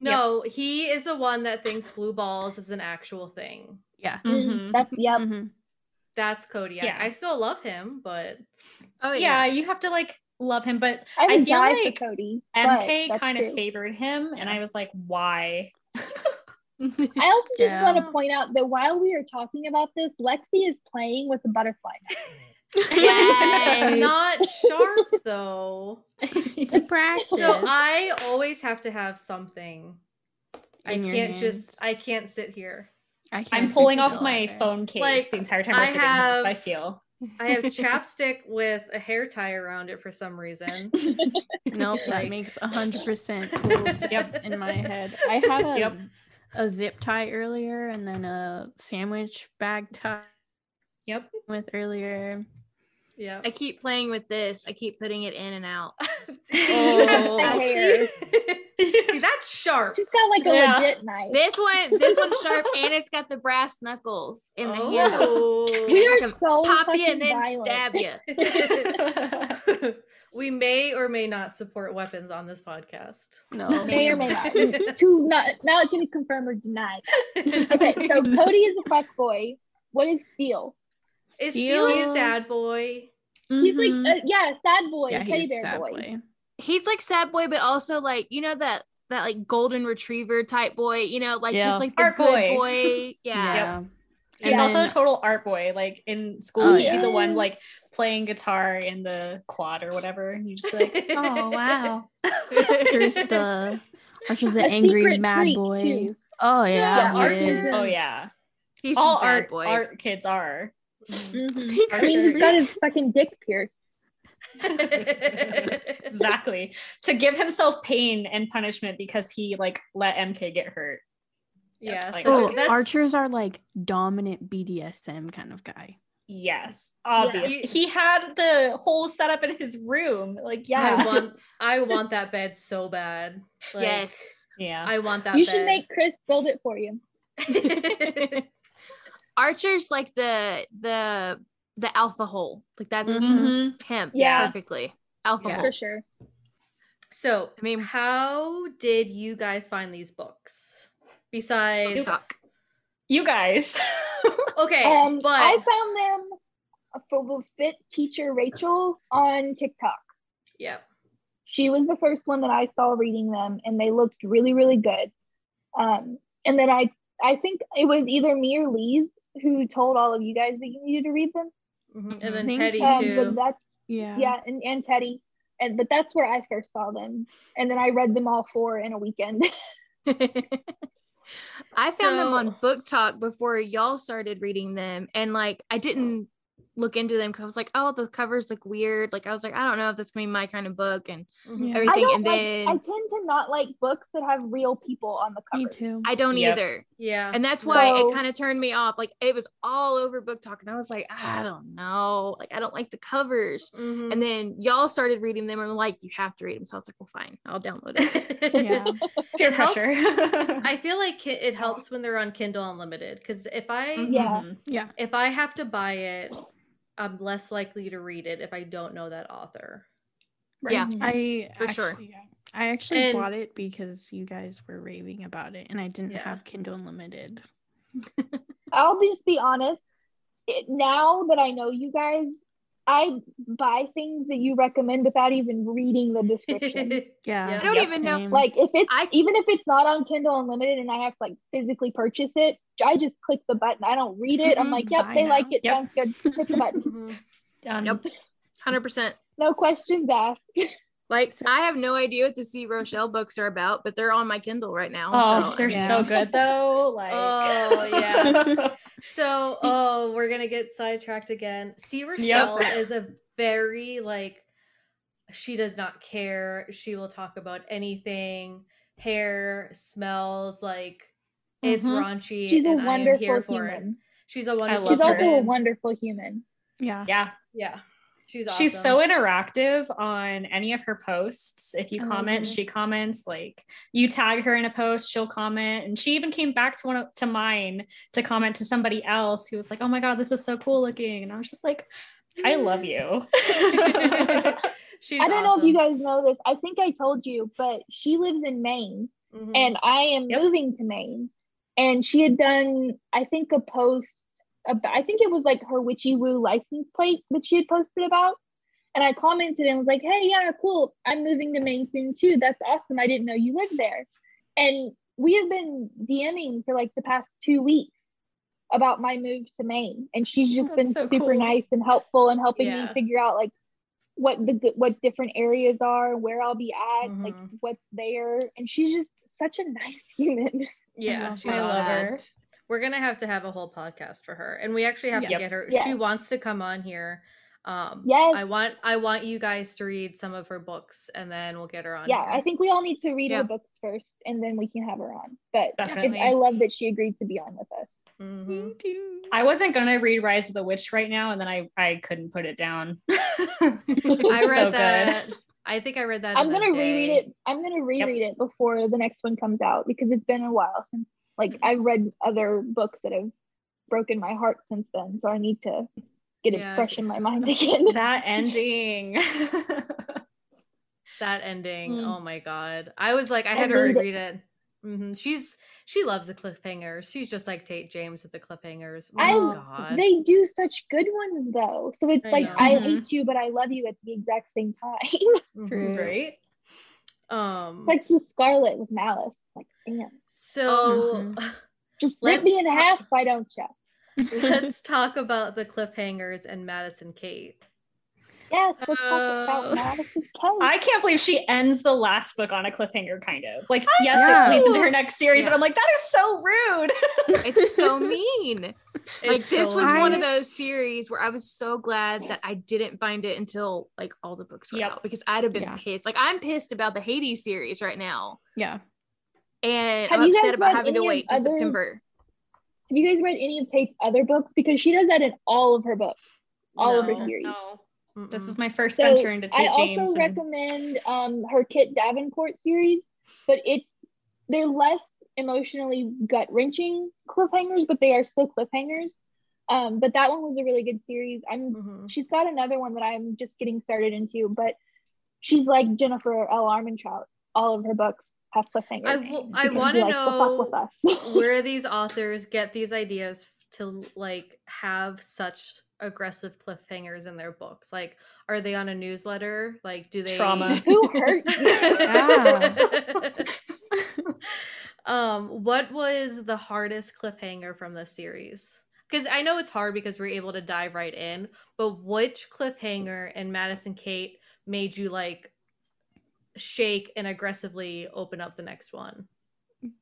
A: No, he is the one that thinks blue balls is an actual thing.
B: Yeah.
F: Mhm.
D: Mm-hmm. That's yep.
B: Mhm.
A: That's Kodiak.
F: Yeah.
A: I still love him, but
E: Oh
F: yeah you have to like love him but
D: I, would
F: I feel
D: die
F: like
D: for Cody.
F: MK
D: but
F: kind
D: that's
F: of
D: true.
F: favored him, and I was like, why?
D: I also just
B: Yeah.
D: want to point out that while we are talking about this, Lexi is playing with a butterfly.
E: Yes.
A: not sharp though.
B: To practice.
A: No, I always have to have something. I
B: in your
A: can't
B: hand.
A: just. I can't sit here.
B: I
F: I'm
B: can't
F: pulling
B: sit
F: off
B: still
F: my
B: either.
F: phone case
A: Like,
F: the entire time
A: I
F: we're sitting
A: have-
F: here. I feel.
A: I have chapstick with a hair tie around it for some reason.
B: Nope, that
A: Like-
B: makes hundred percent total sense
A: Yep.
B: in my head. I had a,
F: Yep.
B: a zip tie earlier, and then a sandwich bag tie
F: Yep.
B: with earlier.
A: Yeah.
E: I keep playing with this. I keep putting it in and out.
A: See, that's-
E: Oh.
A: I-
D: Hair.
A: See, that's sharp.
D: She's got like a
F: Yeah.
D: legit knife.
E: This one, this one's sharp, and it's got the brass knuckles in the
F: Oh.
E: handle.
D: we are
E: can
D: so
E: Pop
D: fucking
E: you and then
D: violent.
E: stab you.
A: Oh. we may or may not support weapons on this podcast.
B: No,
D: May or may not. to not not gonna confirm or deny. Okay, so Cody is a fuck boy. What is Steel?
A: Is Steely a
B: Steal-
A: sad boy?
D: He's
E: Mhm.
D: like uh, yeah, sad boy,
B: Mm-hmm. yeah,
D: teddy
B: he's
D: bear
B: sad
D: boy.
B: boy.
E: he's like sad boy, but also like you know that that like golden retriever type boy. You know, like
F: Yeah.
E: just like the
F: Art
E: good
F: boy.
E: boy. Yeah.
F: He's
B: And
F: also a
B: then-
F: total art boy. Like in school,
B: Oh,
F: he'd be
D: yeah.
F: the one like playing guitar in the quad or whatever. And you just be like, oh wow.
B: Archer's the Archer's the
D: A
B: angry
D: secret
B: mad
D: freak,
B: boy.
D: too.
B: Oh
A: Yeah,
B: yeah, he
A: Archer-
B: is.
F: Oh yeah.
E: He's just
F: All
E: bad
F: art
E: boy.
F: art kids are.
B: Mm-hmm.
D: I mean, he's got his fucking dick pierced.
F: exactly. To give himself pain and punishment because he like let MK get hurt.
A: yeah.
F: Like-
A: so
B: Oh,
A: that's-
B: archers are like dominant BDSM kind of guy.
F: Yes, obvious.
A: You-
F: He had the whole setup in his room. Like, yeah.
A: I want I want that bed so bad. Like,
E: yes.
F: yeah.
A: I want that
D: You
A: bed.
D: should make Chris build it for you.
E: Archer's like the the the alpha hole. Like that's
D: Mm-hmm.
F: Mhm.
E: him
D: Yeah.
E: perfectly. Alpha
B: Yeah.
E: hole.
D: For sure.
A: so
E: I mean-
A: how did you guys find these books? Besides
E: talk.
F: You guys.
A: Okay,
D: Um,
A: but
D: I found them for fit teacher Rachel on TikTok.
A: yeah.
D: She was the first one that I saw reading them, and they looked really, really good. Um, and then I, I think it was either me or Lee's who told all of you guys that you needed to read them.
A: mhm,
E: Mhm.
A: And then
B: Thank
A: Teddy
B: you.
D: Um,
A: too.
D: but that's
B: Yeah.
D: yeah, and, and Teddy, and but that's where I first saw them, and then I read them all four in a weekend.
E: I found them
A: So-
E: on Book Talk before y'all started reading them, and like I didn't look into them because I was like, oh, the covers look weird. Like I was like, I don't know if that's gonna be my kind of book and
A: Mhm.
B: Yeah.
E: everything.
D: I
E: and
D: don't like-
E: then
D: I tend to not like books that have real people on the cover.
B: Me too.
E: I don't
F: Yep.
E: either,
A: Yeah.
E: and that's why
D: No.
E: it kind of turned me off. Like it was all over Book Talk, and I was like, I don't know. Like I don't like the covers.
A: Mhm.
E: And then y'all started reading them, and I'm like, you have to read them. So I was like, well, fine, I'll download it.
B: yeah.
F: Peer
A: It helps.
F: pressure.
A: I feel like ki- it helps when they're on Kindle Unlimited because if I
D: Yeah.
F: Mhm.
B: Yeah.
A: if I have to buy it, I'm less likely to read it if I don't know that author.
E: Yeah.
D: Mm-hmm.
B: I
E: For sure.
B: actually- yeah. I actually
A: And-
B: bought it because you guys were raving about it and I didn't
A: Yeah.
B: have Kindle Unlimited.
D: I'll just be honest. It, now that I know you guys, I buy things that you recommend without even reading the description.
B: Yeah.
A: Yeah.
E: I don't
F: Yep.
E: even know.
B: Same.
D: like if it's
E: I-
D: even if it's not on Kindle Unlimited and I have to like physically purchase it, I just click the button. I don't read it. I'm
B: Mhm,
D: like, yep,
B: buy
D: they
B: now.
D: like it.
F: Yep.
D: Sounds good. Click the button.
A: Mhm.
F: Done.
E: Yep. Hundred percent.
D: No questions asked.
E: Like I have no idea what the C Rochelle books are about, but they're on my Kindle right now.
F: Oh,
E: so-
F: they're
B: Yeah.
F: so good though. Like,
A: Oh, yeah. So, oh, we're gonna get sidetracked again. See, Rochelle is a very like she does not care. She will talk about anything, hair, smells, like it's
E: Mhm.
A: raunchy.
D: Mm-hmm. She's a
A: and I am
D: wonderful
A: here for it.
D: human.
A: She's a wonderful.
F: love
D: She's
F: her.
D: also a
A: person.
D: wonderful human.
B: Yeah.
F: yeah.
A: Yeah, she's awesome. Oh,
F: She's so interactive on any of her posts. If you
B: I love
F: comment,
B: her.
F: she comments. Like you tag her in a post, she'll comment. And she even came back to one of, to mine to comment to somebody else who was like, "Oh my god, this is so cool looking." And I was just like, "I love you."
A: she's.
D: I don't know if you guys know this. I think I told you, but she lives in Maine.
A: guys.
D: and I am
F: Mm-hmm. Yep.
D: moving to Maine. And she had done, I think, a post. ab- I think it was like her witchy woo license plate that she had posted about. And I commented and was like, "Hey, yeah, cool. I'm moving to Maine soon too. That's awesome. I didn't know you lived there." And we have been DMing for like the past two weeks about my move to Maine, and she's just
F: Oh, That's
D: been
F: so
D: super
F: cool.
D: nice and helpful and helping
A: Yeah.
D: me figure out like what the good- what different areas are, where I'll be at, like
A: Mhm.
D: what's there, and she's just such a nice human.
A: Yeah,
B: love
A: she's
F: her. I love
A: awesome.
F: her.
A: We're gonna have to have a whole podcast for her, and we actually have to
F: Yep.
A: get her.
D: Yes.
A: She wants to come on here. Um,
D: Yes.
A: I want I want you guys to read some of her books, and then we'll get her on.
D: yeah, I
A: here.
D: think we all need to read
E: Yeah.
D: her books first, and then we can have her on. But it's,
F: Definitely.
D: I love that she agreed to be on with us.
A: Mhm.
F: I wasn't gonna read Rise of the Witch right now, and then I I couldn't put it down.
A: I
F: I
A: read that. I think I read that.
D: I'm
A: in that
D: gonna reread
A: day.
D: it. I'm gonna reread it before the next one comes out because it's been a while since.
A: Mm-hmm.
D: Like I've read other books that have broken my heart since then, so I need to get it
A: Yeah.
D: fresh in my mind again.
F: That ending.
A: That ending.
D: Mm.
A: Oh my god! I was like, I
D: I
A: had to
D: read it.
A: reread it. hmm She's she loves the cliffhangers. She's just like Tate James with the cliffhangers. Oh my
D: I-
A: god.
D: They do such good ones though, so it's
A: I
D: like
A: know.
D: I
F: Mhm.
D: hate you, but I love you at the exact same time.
A: Mhm.
F: right.
A: Um.
D: like with Scarlet with Malice, like damn.
E: Um,
A: so.
D: Just rip me in
A: Let's
D: half,
A: talk-
D: why don't you?
A: Let's talk about the cliffhangers and Madison Kate.
D: Yes, let's talk
E: Oh.
D: about Madison Kelly.
F: I can't believe she ends the last book on a cliffhanger, kind of. Like, yes,
B: know.
F: it leads into her next series,
E: Yeah.
F: but I'm like, that is so rude.
E: It's so mean. like
A: It's
E: this
A: so
E: was one of
A: annoying.
E: those series where I was so glad that I didn't find it until like all the books were
F: Yep.
E: out because I'd have been
B: Yeah.
E: pissed. Like I'm pissed about the Hades series right now,
B: Yeah.
E: and
D: Have
E: I'm
D: you guys
E: upset about
D: read
E: having to
D: any of
E: wait till
D: other-
E: September.
D: Have you guys read any of Tate's other books? Because she does that in all of her books, all of her
A: No.
D: series.
A: Mm-mm.
F: Oh, This is my first
D: So,
F: venture into Tate
D: I also
F: James. and-
D: recommend um, her Kit Davenport series, but it's they're less emotionally gut wrenching cliffhangers, but they are still cliffhangers. Um, but that one was a really good series. I'm
A: Mhm.
D: she's got another one that I'm just getting started into, but she's like Jennifer L. Armentrout. All of her books have cliffhangers.
A: I
D: in
A: w-
D: them
A: I
D: because
A: wanna
D: you like to fuck with
A: know
D: us.
A: Where these authors get these ideas to like have such aggressive cliffhangers in their books? Like, are they on a newsletter? Like, do they
F: Trauma.
D: Who hurt you?
B: Yeah.
A: um, what was the hardest cliffhanger from this series? Because I know it's hard because we're able to dive right in, but which cliffhanger in Madison Kate made you like shake and aggressively open up the next one?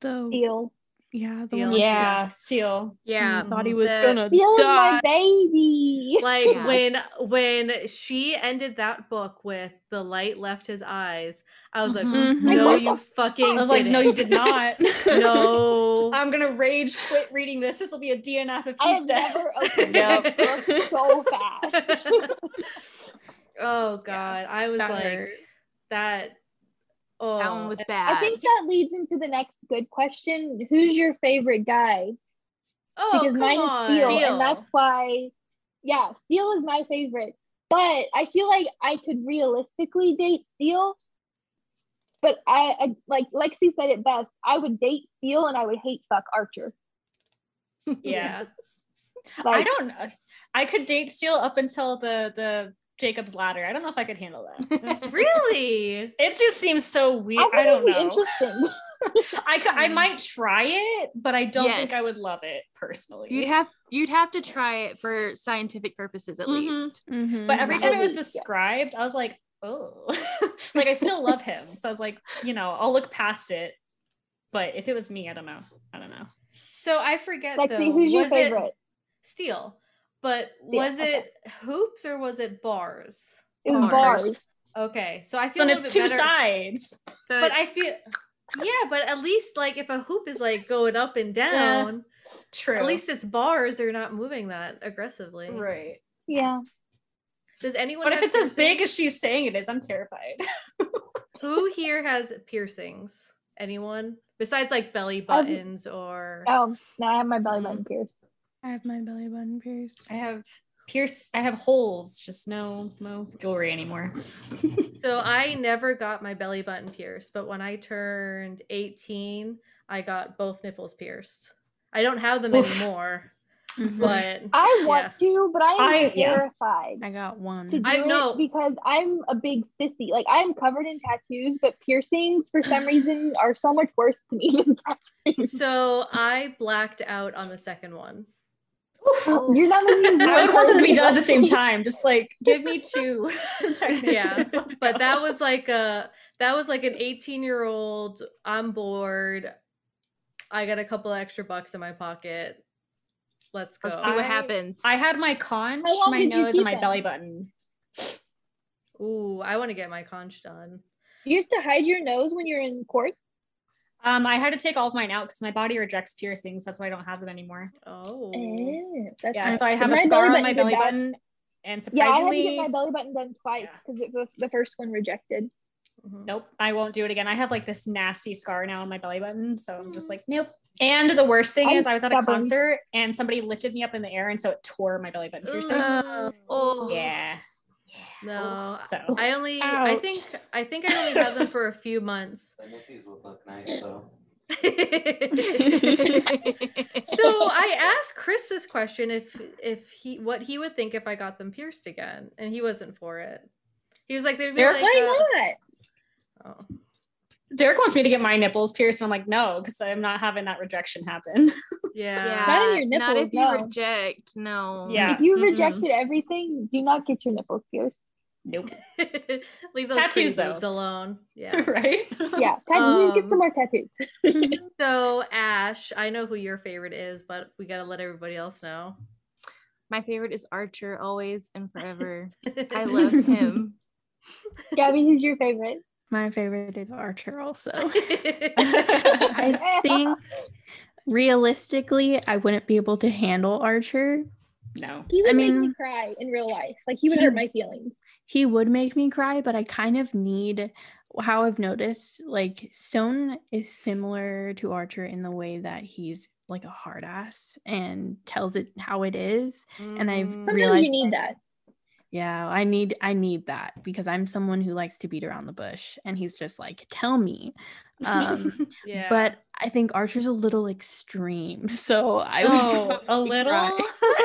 B: The
D: Steal.
B: yeah, the
A: Steal.
B: one
A: Yeah.
F: yeah, Steele.
E: Yeah,
B: I thought he was
E: Mm, The-
B: gonna
D: Steal is my
B: die.
D: baby.
A: Like
E: Yeah.
A: when when she ended that book with the light left his eyes, I was like,
E: Mhm.
F: Mm-hmm.
B: Mhm.
D: I
A: no,
D: what
A: you
D: the
A: fucking.
F: I was like, no, you
A: didn't."
F: did not.
A: no.
F: I'm gonna rage quit reading this. This will be a DNF if
D: I
F: he's
D: have
F: dead.
D: never opened
E: No.
D: that book so fast.
A: oh god, I was
B: That
A: like
B: hurt.
A: that. Oh,
E: That one was
A: and-
E: bad.
D: I think that leads into the next good question. Who's your favorite guy?
A: oh
D: Because
A: come
D: mine
A: on.
D: is Steel,
E: Steel.
D: and that's why, yeah, Steel is my favorite. But I feel like I could realistically date Steel. But I, I like Lexi said it best. I would date Steel and I would hate fuck Archer.
F: yeah. I
D: Like,
F: don't know. I could date Steele up until the the Jacob's ladder. I don't know if I could handle that. It's just-
A: really.
F: it just seems so weird. I,
D: think
F: don't
D: it'd
F: know.
D: be Interesting.
F: I could, I might try it, but I don't think I would
E: Yes.
F: love it personally.
E: you'd have you'd have to try it for scientific purposes at
F: Mhm.
E: least.
B: Mhm.
F: but every time it was
D: Totally, yeah.
F: described, I was like, oh, like I still love him. So I was like, you know, I'll look past it. But if it was me, I don't know. I don't know.
A: So I forget
D: Lexi,
A: though.
D: who's your
A: was
D: favorite?
A: it Steel? But was
D: okay.
A: it hoops or was it bars?
D: It, was
E: Bars.
D: bars.
A: Okay, so I
F: So
A: feel
F: then
A: a little
F: it's
A: bit
F: two
A: better-
F: sides.
E: So
A: But
E: it's-
A: I feel yeah, but at least like if a hoop is like going up and down,
F: True.
A: at least it's bars. They're not moving that aggressively.
F: right.
D: Yeah.
A: Does anyone?
F: But if
A: have
F: it's as
A: piercings?
F: big as she's saying it is, I'm terrified.
A: Who here has piercings? Anyone besides like belly buttons or?
D: Oh, now I have my belly button pierced.
B: I have my belly button pierced.
F: I have pierce. I have holes, just no no jewelry anymore.
A: So I never got my belly button pierced, but when I turned 18, I got both nipples pierced. I don't have them
F: Oof.
A: anymore,
B: Mhm.
A: but
D: I want to, but I am
F: I- yeah.
D: terrified.
B: I got
D: to
B: one.
D: do
A: I
D: it
A: know.
D: because I'm a big sissy. Like I'm covered in tattoos, but piercings for some reason are so much worse to me than
A: yeah.
D: tattoos.
A: So I blacked out on the second one.
D: You're not making me
F: I would
D: feel
F: want them to be done at the same
D: guilty.
F: time. Just like give me two technicians.
A: Yeah,
F: let's
A: but that
F: go.
A: was like a that was like an 18 year old on board. I got a couple extra bucks in my pocket. Let's go.
E: let's see
F: I-
E: what happens.
F: I had my conch,
D: How long
F: my
D: did you
F: nose, and
D: keep
F: my
D: it?
F: belly button.
A: Ooh, I want to get my conch done.
D: You have to hide your nose when you're in court.
F: Um, I had to take all of mine out because my body rejects piercings. That's why I don't have them anymore.
A: Oh,
D: Eh,
F: Mm.
D: that's-
F: Yeah, so I have a
D: My belly
F: scar on
D: button
F: my
D: did
F: belly
D: that.
F: button, and
D: Yeah, I had to get
F: surprisingly,
D: my belly button done twice
F: Yeah.
D: because it was the first one rejected.
A: Mhm.
F: nope, I won't do it again. I have like this nasty scar now on my belly button, so I'm just like, nope. And the worst thing
D: Mm. I'm
F: is, I was at a
D: stubborn.
F: concert and somebody lifted me up in the air, and so it tore my belly button piercing.
E: Uh, oh
F: Yeah,
A: no,
F: so
A: I only, I
B: Ouch.
A: think, I think I only had them for a few months.
C: The nippies would look nice though.
A: so I asked Chris this question if if he what he would think if I got them pierced again, and he wasn't for it. He was like, "They'd be
F: They're
A: like, uh,
D: Why
A: oh.
F: Derek wants me to get my nipples pierced, and I'm like, no, because I'm not having that rejection happen.
A: yeah,
E: yeah.
D: Not on your
E: not
D: nipples,
E: if you
D: no.
E: reject. No.
F: Yeah.
D: not? If you
F: Mhm.
D: rejected everything, do not get your nipples pierced.
F: Nope.
A: Leave those
F: Tattoos,
A: tattoos
F: though.
A: boobs alone. Yeah.
F: right?
D: Yeah, tattoos. just get
A: Um,
D: some more tattoos.
A: so Ash, I know who your favorite is, but we gotta let everybody else know.
E: My favorite is Archer, always and forever. I love him.
D: Gabby, who's your favorite?
B: My favorite is Archer also. I
D: I
B: think realistically, I wouldn't be able to handle Archer.
F: No.
D: he would
B: I
D: make me
B: mean-
D: cry in real life. Like he would hurt my feelings.
B: He would make me cry, but I kind of need how I've noticed like Stone is similar to Archer in the way that he's like a hard ass and tells it how it is. And I've
A: Mm,
D: Sometimes
B: realized
D: you need that.
B: Yeah, I need I need that because I'm someone who likes to beat around the bush and he's just like, tell me. Um
A: yeah.
B: but I think Archer's a little extreme. So I would
F: Oh, a
B: probably
F: little.
B: cry.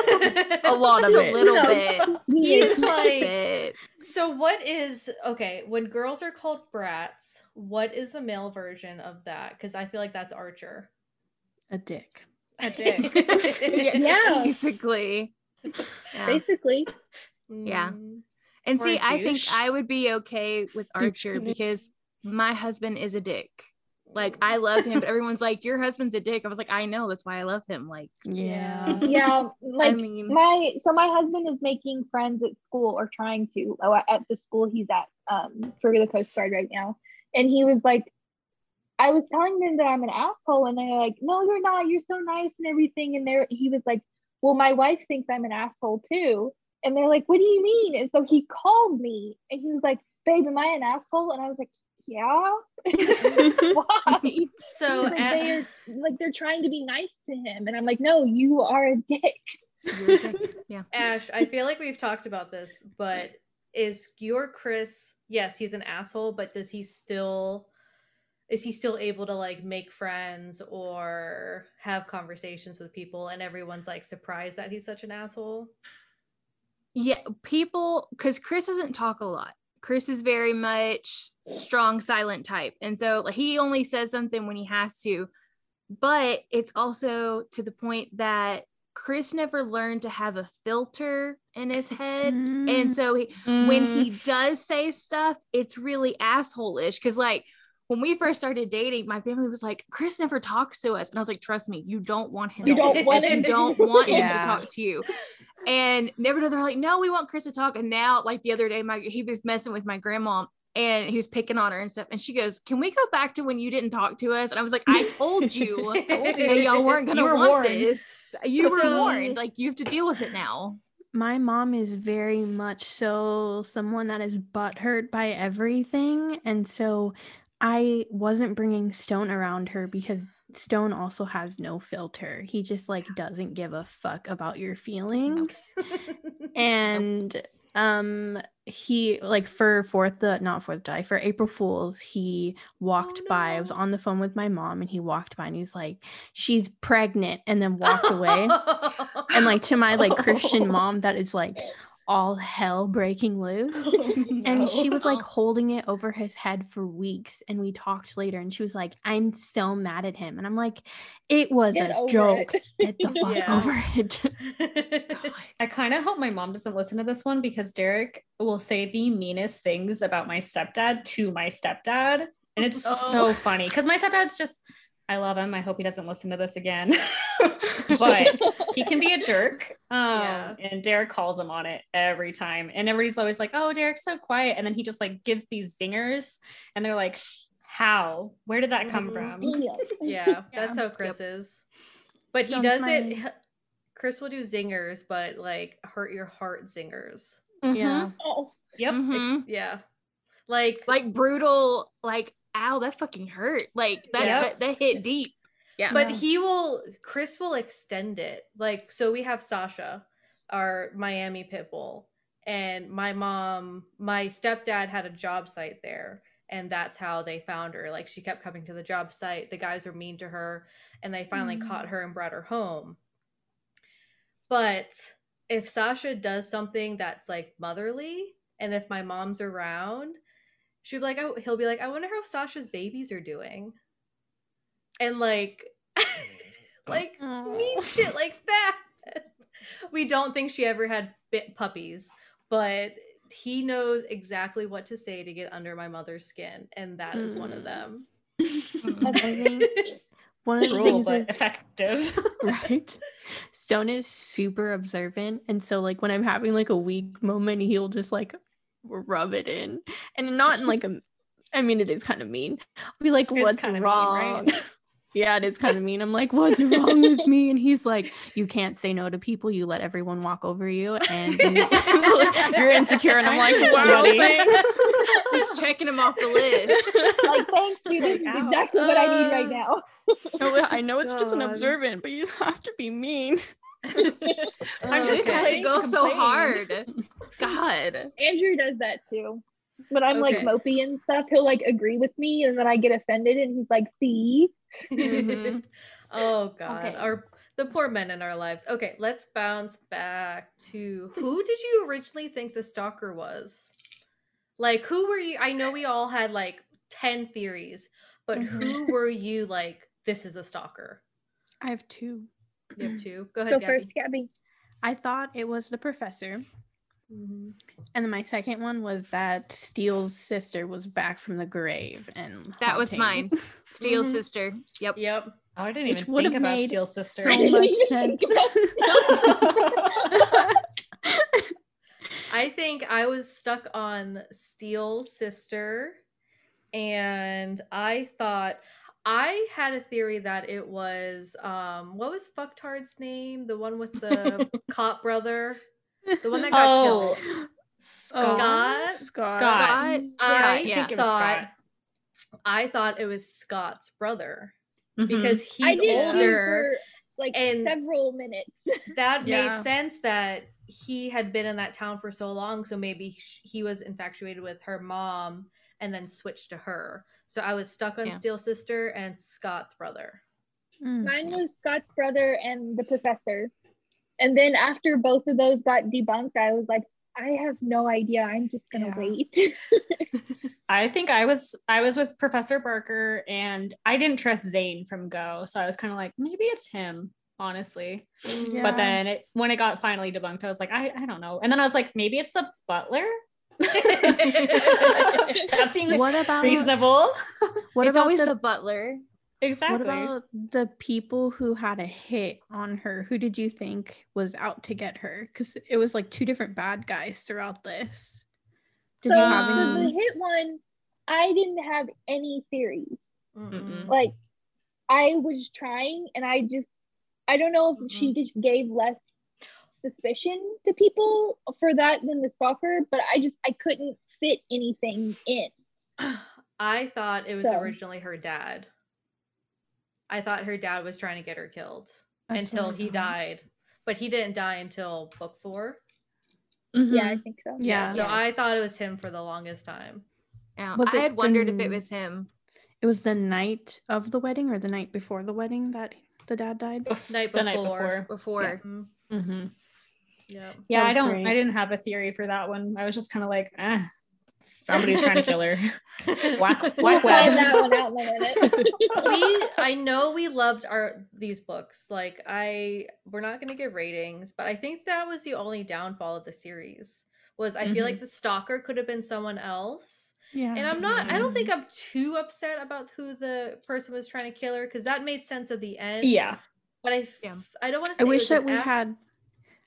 E: A lot of
A: So-
E: a little
D: No.
E: bit.
A: He's
E: A
A: like
E: bit.
A: so what is okay, when girls are called brats, what is the male version of that? Because I feel like that's Archer.
B: a dick.
A: A dick. uh,
D: Yeah.
E: Basically. Yeah.
D: Basically,
A: Mm.
E: Yeah. And
A: Or
E: see,
A: a
E: I think
A: douche.
E: I would be okay with Archer
B: Douche.
E: because my husband is a dick. Like I love him, but everyone's like, "Your husband's a dick." I was like, "I know, that's why I love him." Like,
B: Yeah.
D: yeah. Like
E: I mean,
D: my so my husband is making friends at school or trying to oh, at the school he's at um, for the Coast Guard right now, and he was like, I was telling them that I'm an asshole, and they're like, No, you're not. You're so nice and everything. And there he was like, Well, my wife thinks I'm an asshole too, and they're like, What do you mean? And so he called me, and he was like, Babe, am I an asshole? And I was like, Yeah. Why?
A: So eh
D: like,
A: at-
D: they're like they're trying to be nice to him, and I'm like, no, you are a dick.
E: you're a dick. yeah,
A: Ash, I feel like we've talked about this, but is your Chris? Yes, he's an asshole, but does he still? Is he still able to like make friends or have conversations with people? And everyone's like surprised that he's such an asshole.
E: yeah. People, because Chris doesn't talk a lot. Chris is very much strong, silent type, and so like, he only says something when he has to. But it's also to the point that Chris never learned to have a filter in his head, and so he, when he does say stuff, it's really asshole-ish. Cause like when we first started dating, my family was like, Chris never talks to us. And I was like, trust me, you don't want him.
D: You
E: to
D: don't
E: talk.
D: want
E: Like,
D: him
E: you
D: to-
E: don't want him
B: Yeah.
E: to talk to you. And never know they're like, no, we want Chris to talk. And now, like the other day, my he was messing with my grandma and he was picking on her and stuff. And she goes, Can we go back to when you didn't talk to us? And I was like, I told you
A: Told
E: that y'all weren't gonna
F: You were
E: want
F: warned.
E: this. You were
A: So-
E: warned. Like you have to deal with it now.
B: My mom is very much so someone that is butthurt by everything. And so I wasn't bringing Stone around her because Stone also has no filter. He just like doesn't give a fuck about your feelings. and um he like for fourth the not fourth of july for april fools he walked by i was
A: no.
B: on the phone with my mom and he walked by and he's like she's pregnant and then walked away and like to my like christian mom that is like all hell breaking loose and she was like
E: Oh.
B: holding it over his head for weeks and we talked later and she was like i'm so mad at him and i'm like it was
D: Get
B: a
D: over
B: joke get the fuck
A: Yeah.
B: over it
F: I kind of hope my mom doesn't listen to this one because Derek will say the meanest things about my stepdad to my stepdad. And it's so
E: Oh.
F: funny because my stepdad's just, I love him. I hope he doesn't listen to this again. but he can be a jerk. Um,
A: Yeah.
F: And Derek calls him on it every time. And everybody's always like, oh, Derek's so quiet. And then he just like gives these zingers and they're like, how? Where did that come
A: Mhm.
F: from?
D: Yeah.
A: yeah, that's how Chris is. But he
B: Sounds
A: does
B: my-
A: it. Chris will do zingers, but like hurt your heart zingers.
B: yeah
D: Oh,
F: Yep.
A: Ex-
B: Mm-hmm.
E: Mhm.
A: yeah like
E: like brutal like ow that fucking hurt like that
A: Yes.
E: that hit deep yeah
A: but
F: Yeah.
A: he will chris will extend it like so we have sasha our miami pit bull and my mom my stepdad had a job site there and that's how they found her like she kept coming to the job site the guys were mean to her and they finally
F: Mm.
A: caught her and brought her home but if sasha does something that's like motherly and if my mom's around she'd be like oh, he'll be like i wonder how sasha's babies are doing and like like mean shit like that we don't think she ever had bit puppies but he knows exactly what to say to get under my mother's skin, and that is one of
B: Mm.
A: them.
B: I think one of the
F: Cruel,
B: things
F: but
B: is
F: effective.
B: right. Stone is super observant, and so like when I'm having like a weak moment, he'll just like rub it in, and not in like a. I mean, it is kind of mean. I'll be like,
F: It's
B: "What's
F: kinda mean,
B: wrong?"
F: right?
B: Yeah, it's kind of mean. I'm like, "What's wrong with me?" And he's like, "You can't say no to people. You let everyone walk over you, and you're insecure." And I'm like,
F: Kinda
B: "Wow,
F: snotty.
B: thanks."
E: He's checking them off the list.
D: Like, thank
F: Just
D: you.
F: like,
D: This is
F: ow.
D: exactly what I need right
A: Uh,
D: now.
B: No, I know it's just an
A: God.
B: observant, but you have to be mean."
F: I'm
E: Oh,
F: just
E: they have to
F: complaining to
E: go so
F: complain.
E: hard. God.
D: Andrew does that too. When I'm like
E: Okay.
D: mopey and stuff, he'll like agree with me, and then I get offended, and he's like, "See,
B: Mhm.
A: oh god.
E: Mm-hmm. Okay.
A: Our the poor men in our lives. Okay, let's bounce back to who did you originally think the stalker was? Like who were you I know we all had like 10 theories, but
B: Mhm.
E: Mm-hmm.
A: who were you like this is a stalker?
B: I have two.
A: You have two. Go
D: go
A: ahead, Gabby.
D: first, Gabby."
B: I thought it was the professor.
A: Mhm.
B: And then my second one was that Steele's sister was back from the grave and
E: That was
B: haunting,
E: mine. Steele's
A: Mhm.
E: sister. Yep.
A: Yep.
F: Oh, I didn't
B: Which
F: even
B: would
F: think
B: have
F: about
B: made
F: Steel Sister.
B: so much sense.
A: I think I was stuck on Steele's sister, and I thought I had a theory that it was um what was Fucktard's name? The one with the cop brother, the one that got
F: oh,
A: killed.
F: Scott.
A: Scott?
B: Oh, Scott.
F: Scott.
E: Scott.
A: I
E: Yeah, yeah.
F: Think it was
A: thought
F: Scott.
A: I thought it was Scott's brother
F: Mhm.
A: because
D: I
A: he's
D: did too
A: older.
D: for like
A: and-
D: several minutes.
A: That
B: Yeah.
A: made sense that he had been in that town for so long, so maybe sh- he was infatuated with her mom and then switched to her. So I was stuck on
E: Yeah.
A: Steele's sister and Scott's brother.
B: Mm.
D: Mine was Scott's brother and the professor. And then after both of those got debunked, I was like, I have no idea. I'm just gonna
B: Yeah.
D: wait.
F: Mm-hmm. I think I was I was with Professor Barker and I didn't trust Zane from Go, so I was kind of like maybe it's him, honestly.
B: Yeah.
F: But then it, when it got finally debunked, I was like I I don't know. And then I was like maybe it's the butler. that seems
B: What about
F: reasonable.
B: what
E: it's
B: about
E: always
B: the,
E: the, butler.
F: Exactly.
B: what about the people who had a hit on her? Who did you think was out to get her? Because it was like two different bad guys throughout this. Did
D: so
B: you have
F: Um,
D: for the
B: any?
D: hit one, I didn't have any theories.
A: Mm-mm.
D: Like I was trying and I just I don't know if
B: Mm-hmm.
D: she just gave less suspicion to people for that than the stalker, but I just I couldn't fit anything in.
A: I thought it was
D: So.
A: originally her dad. I thought her dad was trying to get her killed
B: That's what
A: until
B: I
A: he
B: thought.
A: died, but he didn't die until book four.
F: Mhm.
D: Yeah, I think so.
B: Mm-hmm. Yeah.
A: So I
E: Yes.
A: thought it was him for the longest time.
E: Now,
B: Was
E: I
B: it
E: had wondered if
B: the-
E: it was him.
B: It was the night of the wedding or the night before the wedding that the dad died.
F: Bef-
A: Night
F: the night
A: before.
F: before.
E: before.
A: Mhm.
F: Mhm.
A: Yep.
F: Yeah, I
B: was
F: don't
B: great.
F: I didn't have a theory for that one. I was just kind of like, eh, somebody's trying to kill her. Whack
D: We'll
F: whack whack.
D: find that one out in a minute.
A: we I know we loved our these books. Like I we're not gonna give ratings, but I think that was the only downfall of the series. Was I feel like the stalker could have been someone else.
B: Yeah.
A: And I'm not I don't think I'm too upset about who the person was trying to kill her because that made sense at the end.
F: Yeah.
A: But I f-
E: Yeah.
A: I don't want to
B: I
A: say it
B: wish
A: was an
B: that we
A: act-
B: had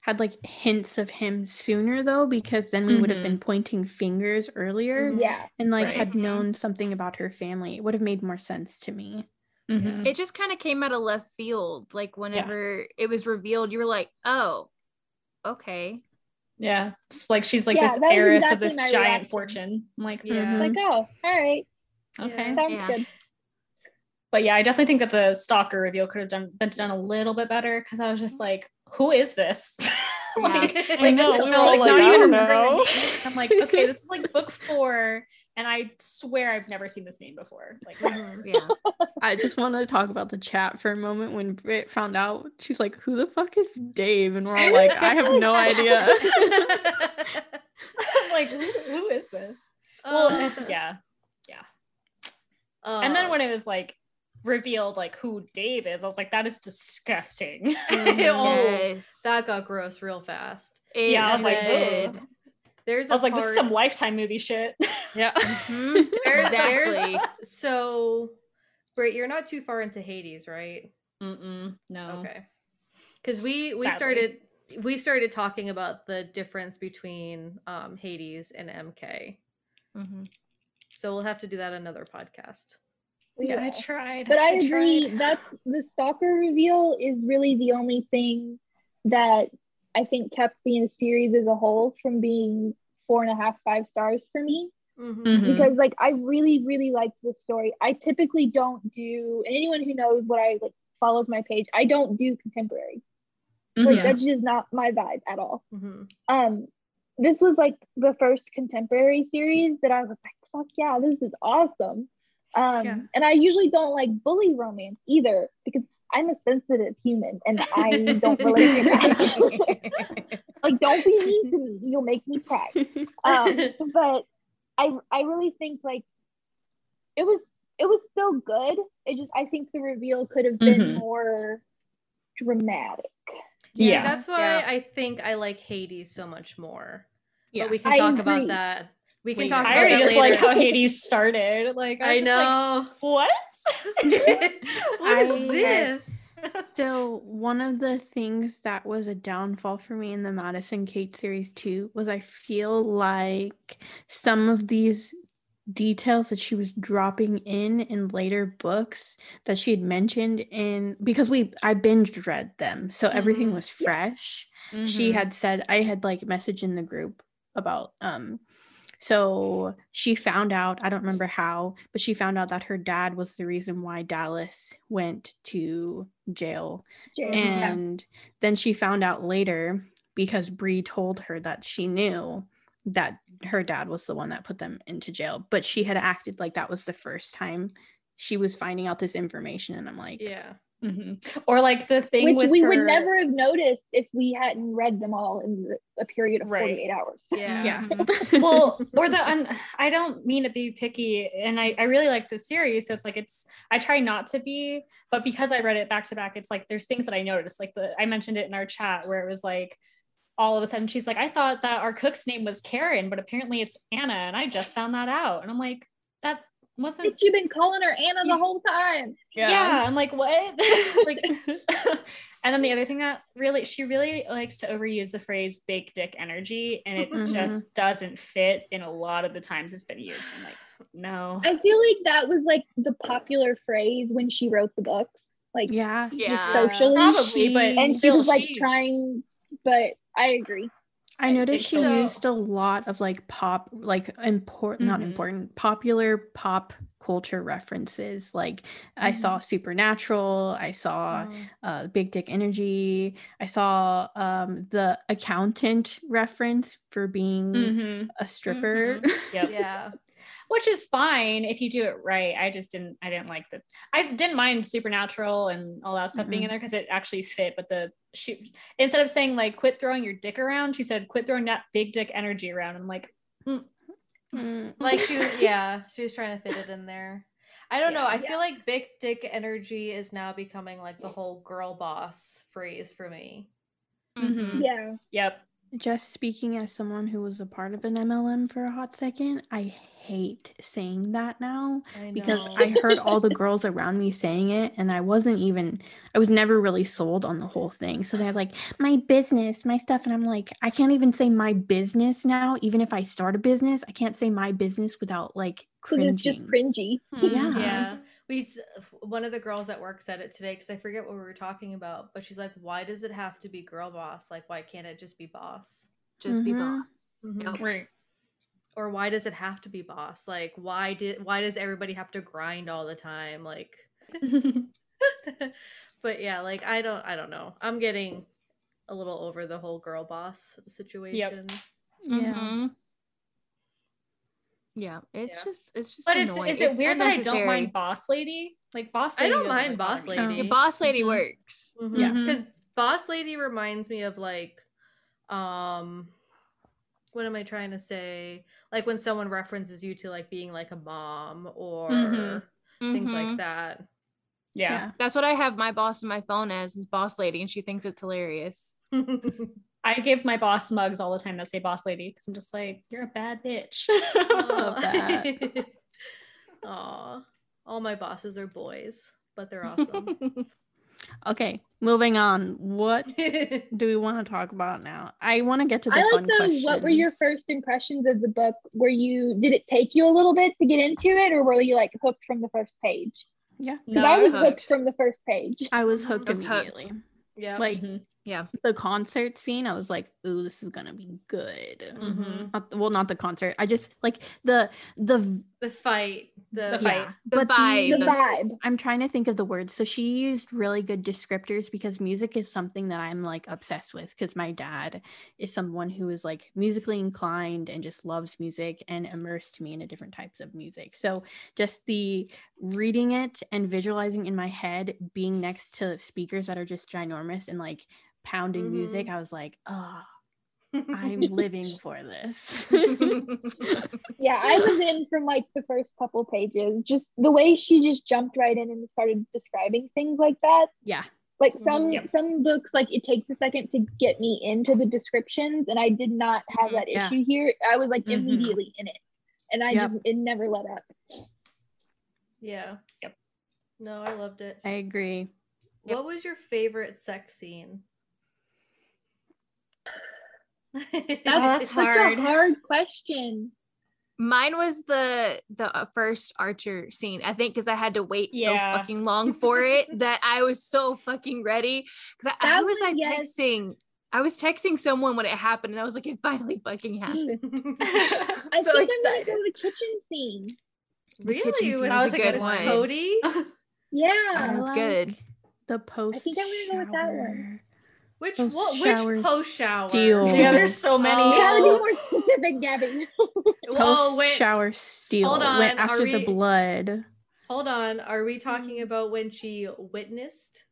B: had like hints of him sooner though, because then we would have been pointing fingers earlier
A: Mhm.
D: yeah.
B: and like
F: Right.
B: had known something about her family. It would have made more sense to me.
F: Mhm.
E: It just kind of came out of left field. Like whenever it was revealed, you were like, oh, okay.
F: Yeah. It's like she's like
D: Yeah,
F: this
D: that was
F: heiress of
D: exactly
F: this
D: my
F: giant
D: reaction.
F: fortune. I'm like, "Mm,
A: Yeah.
B: Mhm.
D: Like, oh, all right.
F: okay.
A: Yeah.
D: Sounds
E: Yeah.
D: good.
F: But yeah, I definitely think that the stalker reveal could have done been done a little bit better because I was just like, who is this? like,
A: Yeah.
F: like,
B: know, we
F: no,
B: were all
F: like,
B: like,
F: not
B: I don't
F: even remembering
B: know.
F: the name. I'm like, okay, this is like book four, and I swear I've never seen this name before. Like,
A: Mhm.
E: Yeah.
B: I just want to talk about the chat for a moment when Britt found out she's like, Who the fuck is Dave? And we're all like, I have no idea.
F: I'm like, who, who is this?
A: Oh,
F: Well, yeah.
A: uh,
F: And then when it was like revealed like who Dave is, I was like, that is disgusting.
A: oh,
E: yes.
A: that got gross real fast.
E: It
F: Yeah, I was like,
E: did.
F: "Ugh."
A: There's
F: I was
A: a
F: like,
A: part,
F: this is some lifetime movie shit.
B: Yeah.
E: Mhm.
A: there's,
E: Exactly.
A: there's so Brit, you're not too far into Hades, right?
F: Mm-mm, no.
A: Okay. Cuz we we
F: Sadly.
A: started we started talking about the difference between um Hades and MK.
E: Mhm.
A: So we'll have to do that another podcast.
F: Yeah, I
D: Yeah.
F: tried.
D: But I
F: tried.
D: agree that's the stalker reveal is really the only thing that I think kept the series as a whole from being four and a half, five stars for me.
A: Mhm.
F: Mhm.
D: Because like I really, really liked the story. I typically don't do and anyone who knows what I like follows my page, I don't do contemporary. Like
F: Mhm.
D: that's just not my vibe at all.
A: Mhm.
D: um this was like the first contemporary series that I was like, fuck yeah, this is awesome. Um
A: Yeah.
D: and I usually don't like bully romance either because I'm a sensitive human and I don't relate to that. like don't be mean to me. You'll make me cry um, but I I really think like it was it was still good. It just I think the reveal could have been
F: Mhm.
D: more dramatic.
A: Yeah,
F: Yeah.
A: that's why
E: Yeah.
A: I think I like Hades so much more.
E: Yeah.
A: But we can
D: I
A: talk
D: agree.
A: about that. We can
E: Later.
A: talk
F: I
A: about
F: already
A: that
F: just
A: later.
F: like how Hades started. Like I,
A: I
F: was just like,
A: know.
F: what?
A: What is
B: I-
A: this?
B: So one of the things that was a downfall for me in the Madison Kate series too was I feel like some of these details that she was dropping in in later books that she had mentioned in because we I binge read them so everything
A: Mhm.
B: was fresh
F: Mm-hmm,
B: she
E: Mhm.
B: had said I had like messaged in the group about um so she found out I don't remember how but she found out that her dad was the reason why Dallas went to jail
D: Jane.
F: Mm-hmm. Yeah.
B: and then she found out later because Bree told her that she knew that her dad was the one that put them into jail, but she had acted like that was the first time she was finding out this information. And I'm like,
A: Yeah.
F: Mhm. Or like the thing
D: which
F: with
D: we
F: her,
D: would never have noticed if we hadn't read them all in the, a period of
F: Right.
D: 48 hours.
A: Yeah.
B: yeah.
F: Mm-hmm. well or the un- i don't mean to be picky and I, I really like this series so it's like it's i try not to be but because i read it back to back it's like there's things that i noticed like the i mentioned it in our chat where it was like all of a sudden she's like i thought that our cook's name was karen but apparently it's anna and i just found that out and i'm like that wasn't
D: Bitch, You've been calling her Anna the whole time.
F: yeah, i'm like what like and then the other thing that really she really likes to overuse the phrase big dick energy and it
B: Mhm.
F: just doesn't fit in a lot of the times it's been used i'm like no
D: I feel like that was like the popular phrase when she wrote the books, like
B: yeah.
E: Yeah.
D: socially.
F: Probably, but-
B: She-
D: and she
F: still
D: was like
F: she-
D: trying, but I agree.
B: I noticed she
A: think so.
B: used a lot of like pop, like important, not
A: Mm-hmm.
F: Mhm.
B: important, popular pop culture references. Like I saw
A: Mm-hmm.
B: Supernatural, I saw
A: Mhm.
B: uh, Big Dick Energy. I saw um, the accountant reference for being
A: Mm-hmm.
F: Mhm.
B: a stripper.
F: Yep.
A: Yeah.
F: which is fine if you do it right i just didn't i didn't like the i didn't mind supernatural and all that stuff being in there because it actually fit but the she instead of saying like quit throwing your dick around she said quit throwing that big dick energy around i'm like
B: Mm.
A: Mm-hmm. Like she was yeah, she was trying to fit it in there. I don't know.
F: Yeah.
A: I feel like big dick energy is now becoming like the whole girl boss phrase for me.
F: Mm-hmm. Mm.
E: Mhm.
D: Yeah.
F: yep
B: Just speaking as someone who was a part of an MLM for a hot second, I hate saying that now
A: I
B: because
A: know.
B: I heard all the girls around me saying it and I wasn't even, I was never really sold on the whole thing. So they're like, my business, my stuff. And I'm like, I can't even say my business now. Even if I start a business, I can't say my business without like
D: Because
B: cringing.
D: it's just cringy.
B: Yeah.
A: yeah we s- one of the girls at work said it today because i forget what we were talking about but she's like why does it have to be girl boss like why can't it just be boss
E: Just be
B: Mhm.
E: boss.
A: Mhm.
E: Yep.
F: right
A: or why does it have to be boss like why did why does everybody have to grind all the time like but yeah like i don't i don't know i'm getting a little over the whole girl boss situation
F: Mm-hmm.
B: yeah.
E: Mhm. Yeah, it's
A: Yeah.
E: just it's just
F: but it's
E: annoying.
F: is it
E: It's
F: weird that i don't
E: unnecessary.
F: mind boss lady like boss
A: I
F: lady
A: don't
F: doesn't
A: mind
F: really
A: Boss
F: bother me.
A: Lady.
E: The Oh, boss lady
F: Mhm.
E: works.
B: Yeah.
F: Mhm.
A: because boss lady reminds me of like um what am i trying to say like when someone references you to like being like a mom or
F: Mhm.
A: things like
E: Mhm.
A: that
F: yeah
E: That's what I have my boss on my phone as is boss lady, and she thinks it's hilarious.
F: I give my boss mugs all the time that say boss lady because I'm just like, you're a bad bitch.
B: Love that.
A: Aw. All my bosses are boys, but they're awesome.
B: Okay, moving on. What do we want to talk about now? I want to get to the
D: I like
B: fun
D: the
B: questions.
D: what were your first impressions of the book? Were you did it take you a little bit to get into it or were you like hooked from the first page?
B: Yeah,
D: Because
F: No,
D: I
F: I
D: was
F: was
D: hooked.
E: hooked.
D: from the first page.
B: I was hooked
E: I was hooked.
B: immediately.
A: yeah.
B: Like
F: Mhm.
B: the concert scene, I was like, "Ooh, this is gonna be good."
F: mm-hmm.
A: Mhm.
B: Not, well, not the concert. I just like the the. v-
A: the fight. The,
F: The fight.
E: The
B: But the-
E: vibe.
D: The vibe.
B: I'm trying to think of the words. So she used really good descriptors because music is something that I'm like obsessed with because my dad is someone who is like musically inclined and just loves music and immersed me into different types of music. So just the reading it and visualizing in my head being next to speakers that are just ginormous and like pounding
A: Mhm.
F: Mm-hmm.
B: music, I was like, oh,
A: I
B: I'm living for this.
D: Yeah, I was in from like the first couple pages. Just the way she just jumped right in and started describing things like that.
B: yeah.
D: Like
B: Mm-hmm.
D: some
F: Yep.
D: some books, like it takes a second to get me into the descriptions, and I did not have that
B: Mm-hmm. Yeah. Mm-hmm.
D: issue here. I was like
F: Mhm.
D: immediately in it, and I
B: Yep.
D: just it never let up.
A: yeah.
F: Yep.
A: No, I loved it.
B: I agree.
E: Yep.
A: What was your favorite sex scene?
F: Oh, That's
D: such
F: hard.
D: a hard question.
E: Mine was the the uh, first Archer scene, I think, because I had to wait
F: Yeah.
E: so fucking long for it that I was so fucking ready. Because I,
D: That
E: I was
D: one,
E: I
D: yes.
E: texting, I was texting someone when it happened, and I was like, it finally fucking happened.
D: Mm. Hmm. I
E: so
D: think I'm gonna
E: excited.
D: go to the kitchen scene.
E: The kitchen
A: really?
E: scene
A: With-
E: was
F: was
E: a
F: a
E: good
A: with
E: one.
A: Cody?
D: Yeah,
E: That was good.
B: The post.
D: think I'm gonna go with that one.
B: shower-
A: Which
B: Post
A: what,
B: Oh, shower
A: which post shower?
B: steal.
F: Yeah, there's so many.
A: Oh.
D: you gotta be more specific, Gabby.
A: Well,
B: post
A: wait,
B: shower steal
A: Hold
B: went
A: on, are
B: after
A: we-
B: the blood.
A: hold on. Are we talking
D: Mm-hmm.
A: about when she witnessed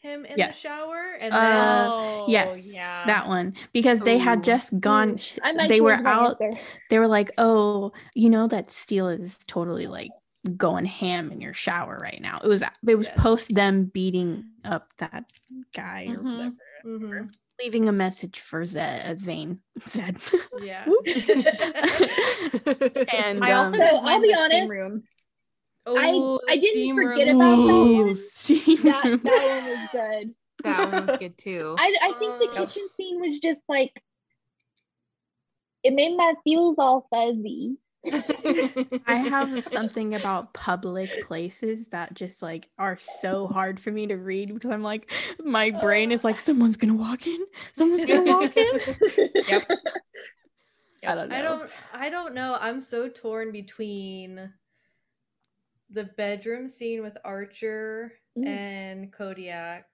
A: him in
B: Yes.
A: the shower and then
B: Uh, yes, that one because they
E: Ooh.
B: had just gone.
D: Mm,
B: sh-
D: I might
B: they
D: change
B: were
D: my
B: out.
D: answer.
B: They were like, "Oh, you know that Steele is totally like going ham in your shower right now." It was it was
A: Yes.
B: post them beating up that guy or
F: Mhm.
B: whatever,
A: Mhm,
B: leaving a message for Zed, Zane. Zed.
A: yes.
B: and
F: I
B: um,
F: also
D: So,
F: didn't
D: I'll
F: like
D: be
F: the steam
D: honest,
F: room.
A: Oh,
D: I didn't
A: steam
D: forget
A: room
D: about that
A: scene.
D: one.
B: ooh, steam
D: That,
B: room.
D: that one was good.
E: that one was good too.
D: I, I think the
A: Uh,
D: kitchen scene was just like it made my feels all fuzzy.
B: I have something about public places that just like are so hard for me to read because I'm like, my brain is like, someone's gonna walk in, someone's gonna walk in.
D: yep.
B: I don't know.
A: I don't I don't know. I'm so torn between the bedroom scene with Archer
D: Mm.
A: and Kodiak.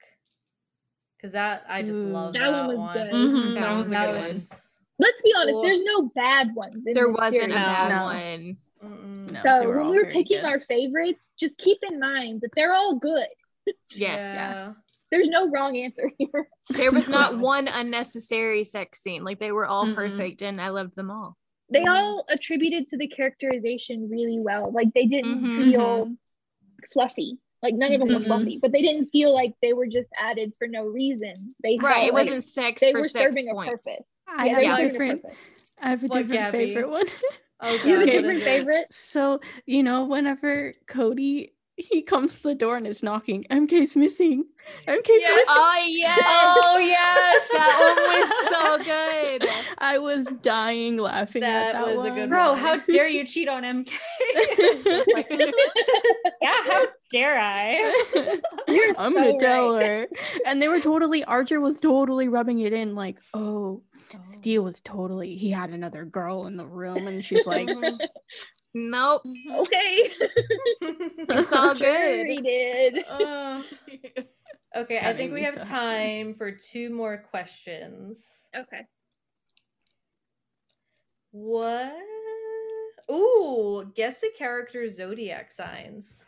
A: Cause that I just
B: Ooh.
A: love that,
D: That one Mm-hmm. was good.
F: Mhm,
E: Mm-hmm. That
F: That
E: was
F: was
E: a
F: a
A: That
E: good
F: good
A: was
E: one.
A: just-
D: Let's be honest,
A: Well-
D: there's no bad ones. in
E: there
D: this
E: wasn't a
D: series.
E: bad
B: No.
E: one.
A: mm-mm.
B: No.
D: So
B: They were
D: when
B: all
D: we were
B: very
D: picking
B: good.
D: our favorites, just keep in mind that they're all good.
E: Yes.
A: Yeah.
D: There's no wrong answer here.
E: There was not one unnecessary sex scene. Like they were all
F: Mm-mm.
E: perfect and I loved them all.
D: They
B: Mm-hmm.
A: Mhm.
D: all attributed to the characterization really well. Like they didn't
E: Mhm.
B: Mm-hmm.
D: feel fluffy. Like none of them were
F: Mhm.
D: fluffy, but they didn't feel like they were just added for no reason. They
E: Right.
D: felt
E: It
D: like
E: wasn't sex
D: they
E: for
D: were
E: sex
D: serving
E: point.
D: a purpose.
B: I
D: Ah, Yeah, they
B: have a
D: were serving
B: different.
D: a purpose.
B: I have a
A: What,
B: different
A: Gabby?
B: favorite one.
A: Oh god.
D: You have a
B: Okay.
A: what
D: different
A: is it?
D: favorite?
B: so you know, whenever Cody he comes to the door and is knocking, MK's missing. MK's
A: Yes.
B: missing.
E: Oh yes.
F: Oh yes.
E: That one was so good.
B: I was dying laughing
A: That
B: at that
A: was a good
B: one.
F: Bro, how dare you cheat on MK? yeah, how dare I?
D: You're
B: I'm
D: so
B: gonna tell
D: right.
B: her. And they were totally Archer was totally rubbing it in, like, oh, Steele was totally he had another girl in the room, and she's like,
A: Mhm.
E: Nope.
D: Okay.
E: It's all
D: Sure
E: good.
D: he did.
A: Uh, okay, I
B: That
A: think
B: made
A: we
B: me
A: have
B: so happy.
A: time for two more questions.
D: Okay.
A: What? Ooh, guess the character zodiac signs.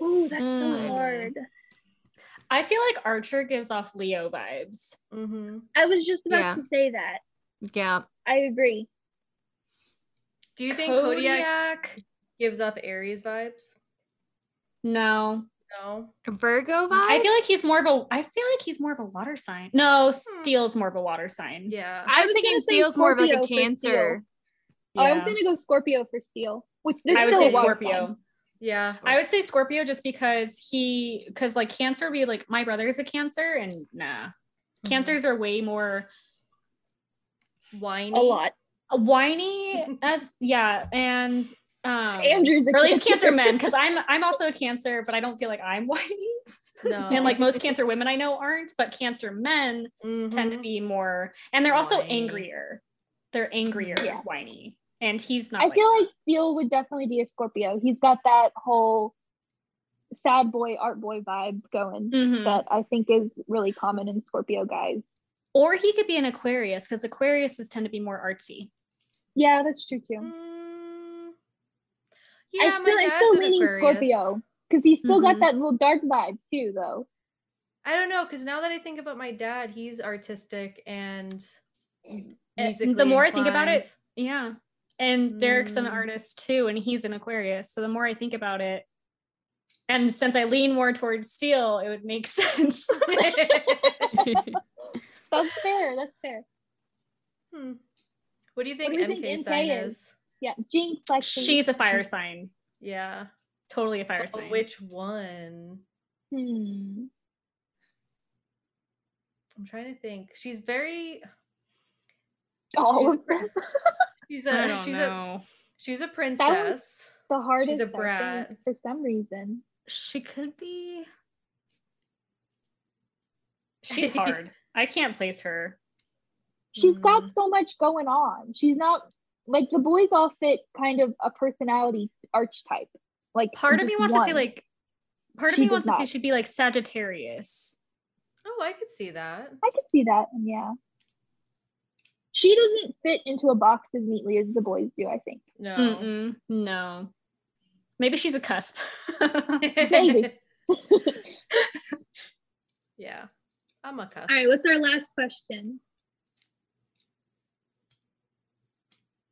D: Ooh, that's
E: Mm.
D: so hard.
F: I feel like Archer gives off Leo vibes.
A: Mm-hmm.
D: I was just about
E: Yeah.
D: to say that.
E: Yeah.
D: I agree.
A: Do you think Kodiak gives off Aries vibes?
F: No,
A: No.
E: Virgo vibe.
F: I feel like he's more of a. I feel like he's more of a water sign. No, Steel's more of a water sign.
A: Yeah.
E: I was
D: was
E: thinking
D: gonna say
E: Steel's more of like a
D: Scorpio for
E: Cancer.
D: Oh, I was
F: Yeah.
D: gonna go Scorpio for steel, which this
F: I
D: is
F: would
D: still
F: say
D: a water
F: Scorpio.
D: sign.
A: Yeah.
F: I would say Scorpio just because he, because like Cancer, be like my brother is a Cancer, and nah, Cancers are way more
A: Mm-hmm.
F: uh,
A: Whiny.
D: A lot.
F: whiny as yeah, and um,
D: Andrew's a
F: or at least Cancer men, because I'm I'm also a Cancer, but I don't feel like I'm whiny,
A: No.
F: and like most Cancer women I know aren't, but Cancer men tend to
A: Mhm.
F: be more, and they're also
A: Whiny.
F: angrier. They're angrier,
D: Yeah.
F: whiny, and he's not.
D: I feel
F: that.
D: like Steel would definitely be a Scorpio. He's got that whole sad boy, art boy vibe going
E: Mm-hmm.
F: Mhm.
D: that I think is really common in Scorpio guys.
F: or he could be an Aquarius because Aquariuses tend to be more artsy.
D: Yeah, that's true too.
A: Mm.
D: I
A: Yeah, my
D: still, I'm
A: dad's
D: still
A: an
D: leaning
A: Aquarius.
D: Scorpio because he's still
F: Mhm.
D: got that little dark vibe too, though.
A: I don't know because now that I think about my dad, he's artistic and
F: Eh,
A: musically
F: the more I think about
A: inclined.
F: it, Yeah. And Derek's an
A: Mm.
F: artist too, and he's an Aquarius. So the more I think about it, and since I lean more towards steel, it would make sense.
D: That's fair. That's fair.
A: Hmm. What do you think
D: do you
A: MK
D: think MK
A: sign
D: is?
A: is?
D: Yeah, Jinx, like
F: She's a fire sign,
A: Yeah.
F: totally a fire
A: But
F: sign.
A: Oh, which one?
D: Hmm.
A: I'm trying to think. She's very
D: All
A: She's
D: of them.
A: she's
F: I
A: a
F: don't
A: she's a
F: know.
A: she's a princess.
D: The hardest I think,
A: brat.
D: for some reason.
F: She could be. She's hard. I can't place her.
D: She's
A: Mm.
D: got so much going on. She's not like the boys all fit kind of a personality archetype. Like
F: Part of me
D: just
F: wants to say
D: one.
F: like. Part of
D: She
F: me
D: does
F: wants to say
D: not.
F: she'd be like Sagittarius.
A: Oh, I could see that.
D: I could see that. and Yeah. She doesn't fit into a box as neatly as the boys do, I think.
A: No.
F: Mm-mm. No. Maybe she's a cusp. All
D: Maybe.
A: yeah. I'm a cuss.
D: what's our last question?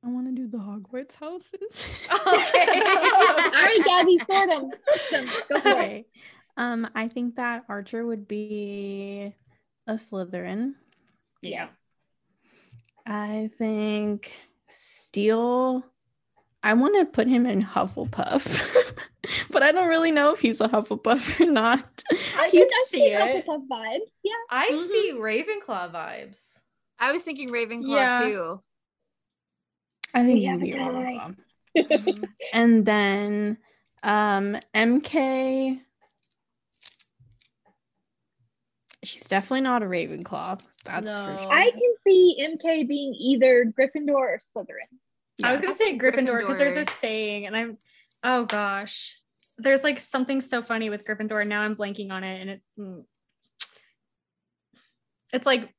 B: I want to do the Hogwarts houses.
A: okay.
D: All right, Gabby, sort 'em. Sort 'em. Oh, Go for it.
B: okay. Um, I think that Archer would be a Slytherin.
F: Yeah.
B: I think Steel. I want to put him in Hufflepuff, but I don't really know if he's a Hufflepuff or not.
D: I
F: You
D: could I
F: see
D: see
F: it.
D: Hufflepuff vibes. Yeah.
A: I
F: Mhm.
A: see Ravenclaw vibes.
E: I was thinking Ravenclaw
F: Yeah.
E: too.
B: I think
D: We have
B: he'd be
D: a
B: a
D: guy.
B: Ravenclaw. And then um, MK. She's definitely not a Ravenclaw. That's for
A: No.
B: sure.
D: I can see MK being either Gryffindor or Slytherin.
F: I was gonna say Gryffindor because there's
E: Gryffindor.
F: a saying, and I'm, oh gosh, there's like something so funny with Gryffindor. and Now I'm blanking on it, and it, mm. it's like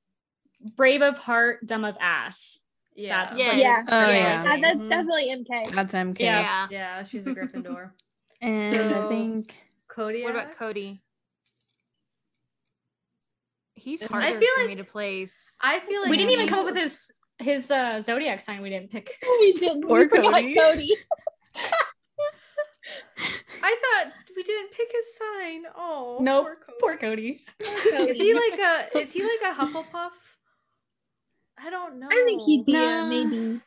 F: brave of heart, dumb of ass.
A: Yeah.
F: That's
E: Yeah.
F: like,
D: Yes.
B: Oh,
F: really
B: yeah.
D: Yeah, Uh, that's
A: Mhm.
D: definitely MK.
B: That's MK.
E: Yeah.
F: Yeah.
A: Yeah, she's a Gryffindor.
B: And
A: So-
B: I think
A: Cody.
E: What about Cody? He's
A: I
E: harder
A: feel
E: for me
A: like-
E: to place.
A: I feel like
F: We didn't even
A: he-
F: come up with his his uh, zodiac sign. We didn't pick.
D: We did.
B: Poor
D: we forgot
B: Cody.
D: Cody.
A: I thought we didn't pick his sign. Oh,
F: No,
A: poor Cody.
F: poor Cody.
A: Is he like a? Is he like a Hufflepuff? I don't know.
D: I think he'd be
B: Nah.
D: a maybe.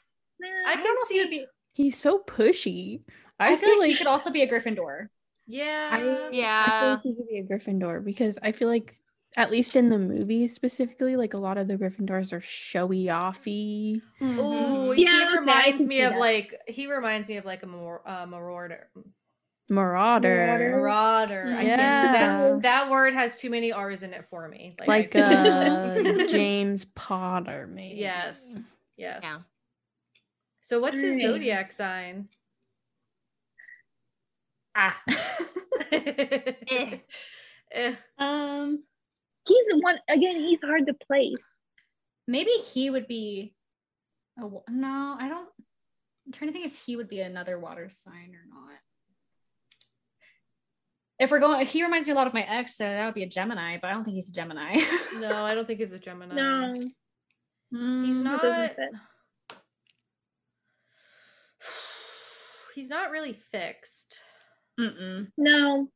A: I can see.
B: he's so pushy. I,
F: I, feel like, he could also be a Gryffindor.
A: yeah.
B: I
E: Yeah.
B: think he could be a Gryffindor because I feel like, at least in the movie specifically, like a lot of the Gryffindors are showy offy.
A: Mm-hmm. Ooh,
D: mm-hmm. Yeah, okay, I
A: he reminds
D: can
A: me
D: see
A: of
D: that.
A: like he reminds me of like a mar- uh, marauder,
B: Marauder.
D: Marauder.
A: marauder. I
B: Yeah.
A: can't, that that word has too many R's in it for me. I
B: Like
A: think-
B: uh, James Potter, maybe.
A: yes, yes.
E: Yeah.
A: So what's his
D: Mm.
A: zodiac sign?
F: Ah,
A: Eh. Eh.
F: um,
D: He's the one again. He's hard to place.
F: maybe he would be a wa- no i don't i'm trying to think if he would be another water sign or not if we're going he reminds me a lot of my ex so that would be a gemini but i don't think he's a gemini
A: No, I don't think he's a Gemini. He's
F: Mm,
A: not.
D: doesn't fit.
A: He's not really fixed.
F: mm-mm.
D: no.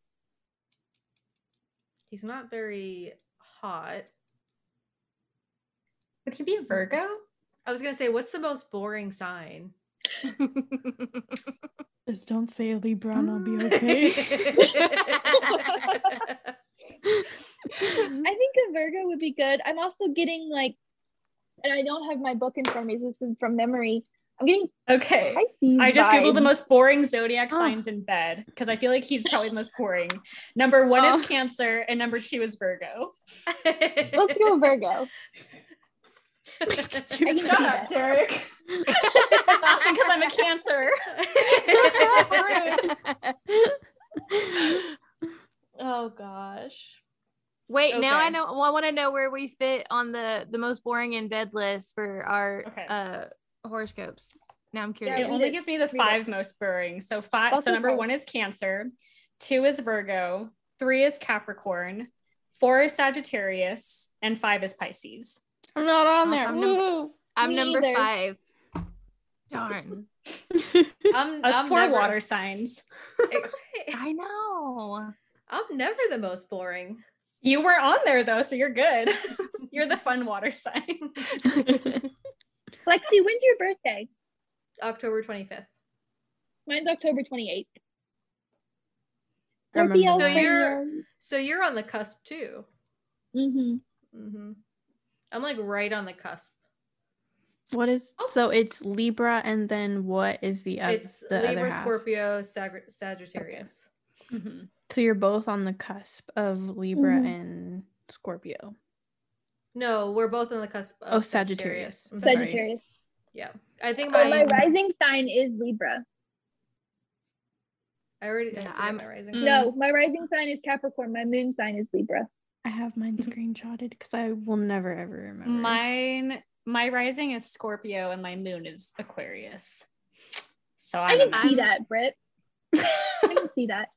A: He's not very hot.
F: Would he be a Virgo?
A: I was gonna say, what's the most boring sign?
B: Just don't say a Libra and I'll be
F: Mm.
B: okay.
F: Mm-hmm.
D: I think a Virgo would be good. I'm also getting like, and I don't have my book in front of me. This is from memory. I'm getting
F: Okay.
D: Pisces.
F: I just googled the
D: vibes.
F: most boring zodiac
B: Oh.
F: signs in bed because I feel like he's probably the most boring. Number one
E: Oh.
F: is Cancer and number two is Virgo.
D: Let's go Virgo.
F: I
D: can
F: Shut
D: see
F: up,
D: that.
F: Derek. Laughing because I'm a Cancer.
A: oh gosh.
E: Wait, now I
A: Okay.
E: know. Well, I want to know where we fit on the the most boring in bed list for our
F: Okay.
E: uh horoscopes. Now I'm
D: Yeah,
E: curious.
F: It
D: read
F: only
D: it.
F: gives me the
D: Read it.
F: five most boring. So five.
D: That's
F: so number
D: okay.
F: one is Cancer, two is Virgo, three is Capricorn, four is Sagittarius, and five is Pisces.
B: I'm not on
E: Gosh,
B: there.
E: I'm num-
B: Woo.
E: I'm
D: me
E: number
D: either.
E: five. Darn.
A: I'm,
F: Us
A: I'm
F: poor
A: never,
F: water signs.
E: I know.
A: I'm never the most boring.
F: You were on there though, so you're good. you're the fun water sign.
D: Lexi, when's your birthday?
A: October 25th.
D: Mine's October 28th.
B: I remember
D: Scorpio
B: that.
A: So you're- So you're on the cusp too.
D: hmm
A: hmm I'm like right on the cusp.
B: what is
F: Oh.
B: so it's Libra and then what is the other
A: it's
B: the other
A: Libra,
B: half?
A: Scorpio, Sag- Sagittarius.
F: Mhm.
B: So you're both on the cusp of Libra
D: Mhm.
B: and Scorpio.
A: No, we're both on the cusp. Of
B: Oh, Sagittarius.
A: Mhm.
B: Sorry.
D: Sagittarius.
A: Yeah, I think
D: But
A: my,
D: my rising sign is Libra.
A: I already. I
E: Yeah,
A: forgot
E: I'm-
A: my rising.
E: Mm.
A: sign.
D: No, my rising sign is Capricorn. My moon sign is Libra.
B: I have mine screenshotted because I will Mm-hmm. never ever remember.
F: Mine, my rising is Scorpio and my moon is Aquarius. So
D: I
F: I'm a
D: can
E: I'm-
D: see
F: mess.
D: that, Britt. I can see that.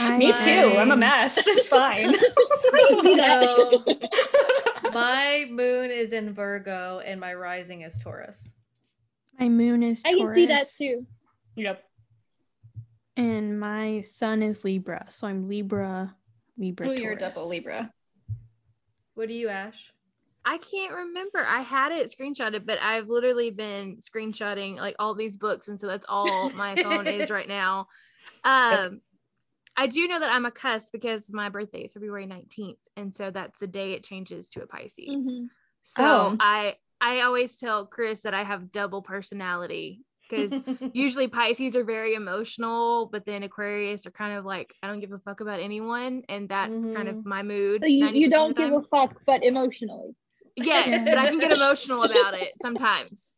B: I-
F: Me too. I'm a
A: Mine-
F: mess. It's fine.
A: So my moon is in Virgo and my rising is Taurus.
B: My moon is
D: I
B: Taurus.
D: can see that too.
F: yep.
B: And my sun is Libra, so I'm Libra, Libra.
F: Oh, you're a
B: Taurus.
F: double Libra.
A: What do you, Ash?
E: I can't remember. I had it screenshotted, but I've literally been screenshotting like all these books, and so that's all my phone is right now. Um, I do know that I'm a cuss because my birthday is February 19th, and so that's the day it changes to a Pisces.
D: Mhm.
E: So
F: Oh.
E: I I always tell Chris that I have double personality because usually Pisces are very emotional, but then Aquarius are kind of like I don't give a fuck about anyone, and that's kind
A: Mhm.
E: of my mood.
D: Mm-hmm. So you,
E: 90%
D: you
E: of
D: don't
E: the
D: give
E: time.
D: a fuck, but emotionally.
E: Yes,
B: Yeah.
E: but I can get emotional about it sometimes.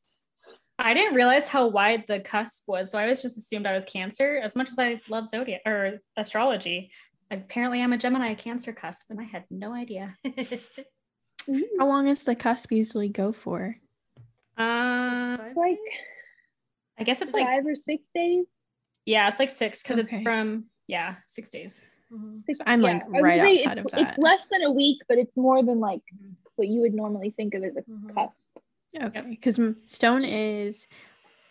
F: I didn't realize how wide the cusp was, so I was just assumed I was Cancer. As much as I love zodiac or astrology, apparently I'm a Gemini Cancer cusp, and I had no idea.
A: It's
D: Mm-hmm.
B: How long is the cusp usually go for?
F: Um,
D: like-
F: I guess it's like
D: Five or six days.
F: yeah, it's like six because it's
B: Okay.
F: from yeah six days.
A: Mm-hmm,
D: Six,
B: I'm, like,
D: I would
B: right
D: say
B: outside
D: it's-
B: of that.
D: It's less than a week, but it's more than like what you would normally think of as a
B: Mm-hmm.
A: Mhm.
D: cusp.
B: Okay, because stone is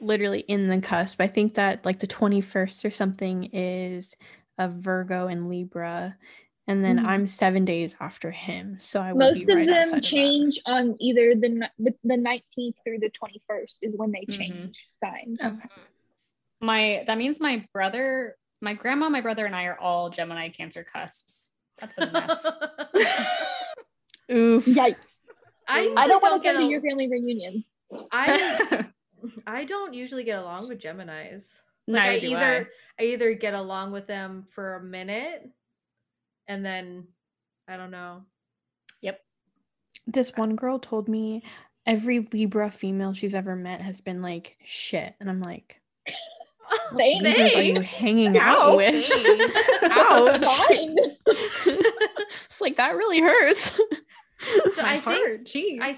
B: literally in the cusp. I think that like the 21st or something is a Virgo and Libra, and then
D: Mhm.
B: I'm seven days after him, so I will
D: Most
B: be
D: of
B: right outside
D: them
B: of that.
D: change on either the ni- the the 19th through the 21st is when they
B: Mm-hmm.
F: Mhm.
D: change signs.
B: Okay.
F: My that means my brother, my grandma, my brother, and I are all Gemini Cancer cusps. That's a mess.
B: Oof.
D: Yikes!
A: I, usually
D: I don't want
A: don't
D: to
A: get
D: come to
A: al-
D: your family reunion.
A: I I don't usually get along with Gemini's. Like I
F: Neither do I.
A: either I. either get along with them for a minute and then I don't know.
B: This one girl told me every Libra female she's ever met has been like shit, and I'm like, what
D: Thanks.
B: Libras are you
A: Thanks.
B: hanging out
F: Ouch.
B: with? Ouch.
D: Fine.
B: it's like that really hurts.
A: So I think
F: Heart, jeez.
A: I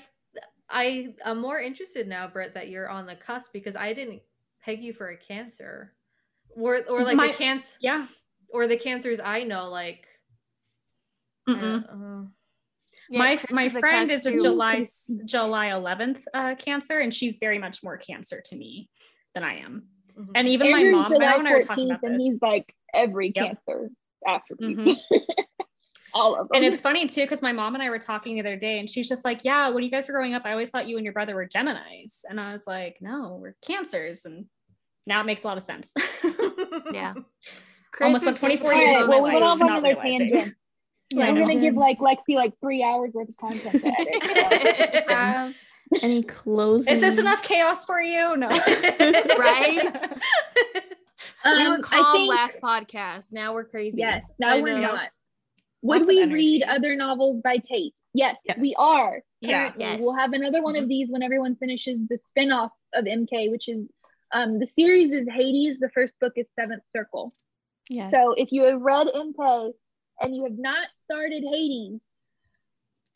A: I am more interested now, Brett, that you're on the cusp because I didn't peg you for a cancer. Or or like
F: My-
A: the cancer
F: yeah.
A: or the cancers I know, like uh, I
F: Mm-mm.
A: don't-
F: my my friend is a July s- July 11th uh, Cancer, and she's very much more Cancer to me than I am.
A: uh, mhm.
F: And even
D: Andrew's
F: my mom and
D: July
F: I were talking about
D: and
F: this.
D: he's like every
F: Yep.
B: Mm-hmm.
D: cancer after me.
F: Mhm.
D: all of them.
F: And it's funny too, because my mom and I were talking the other day, and she's just like, Yeah, when you guys were growing up, I always thought you and your brother were Geminis. And I was like, No, we're Cancers. And now it makes a lot of sense.
E: Yeah.
F: Almost
E: is
F: went 24
E: definitely
F: years
E: on my
F: of my
D: well, we
E: list.
D: went off on
F: not
D: another
F: realizing.
D: tangent.
F: Yeah, I
D: We're
F: know.
D: gonna give like Lexi like three hours worth of content. To edit.
E: Have-
B: Any closing?
F: Is this enough chaos for you? No.
E: Right? we were
D: Um,
E: calm last podcast. Now we're crazy.
D: Yes, no,
A: I
D: we're
A: know.
D: not. Would
F: Lots of
D: we
F: energy.
D: read other novels by Tate? Yes, Mm-hmm.
B: Yes.
D: we are.
F: Yeah.
D: currently.
E: Yes.
D: We'll have another one of these when everyone finishes the spin-off of MK, which is um, the series is Hades. The first book is Seventh Circle.
B: Yes.
D: So if you have read MK and you have not started Hades,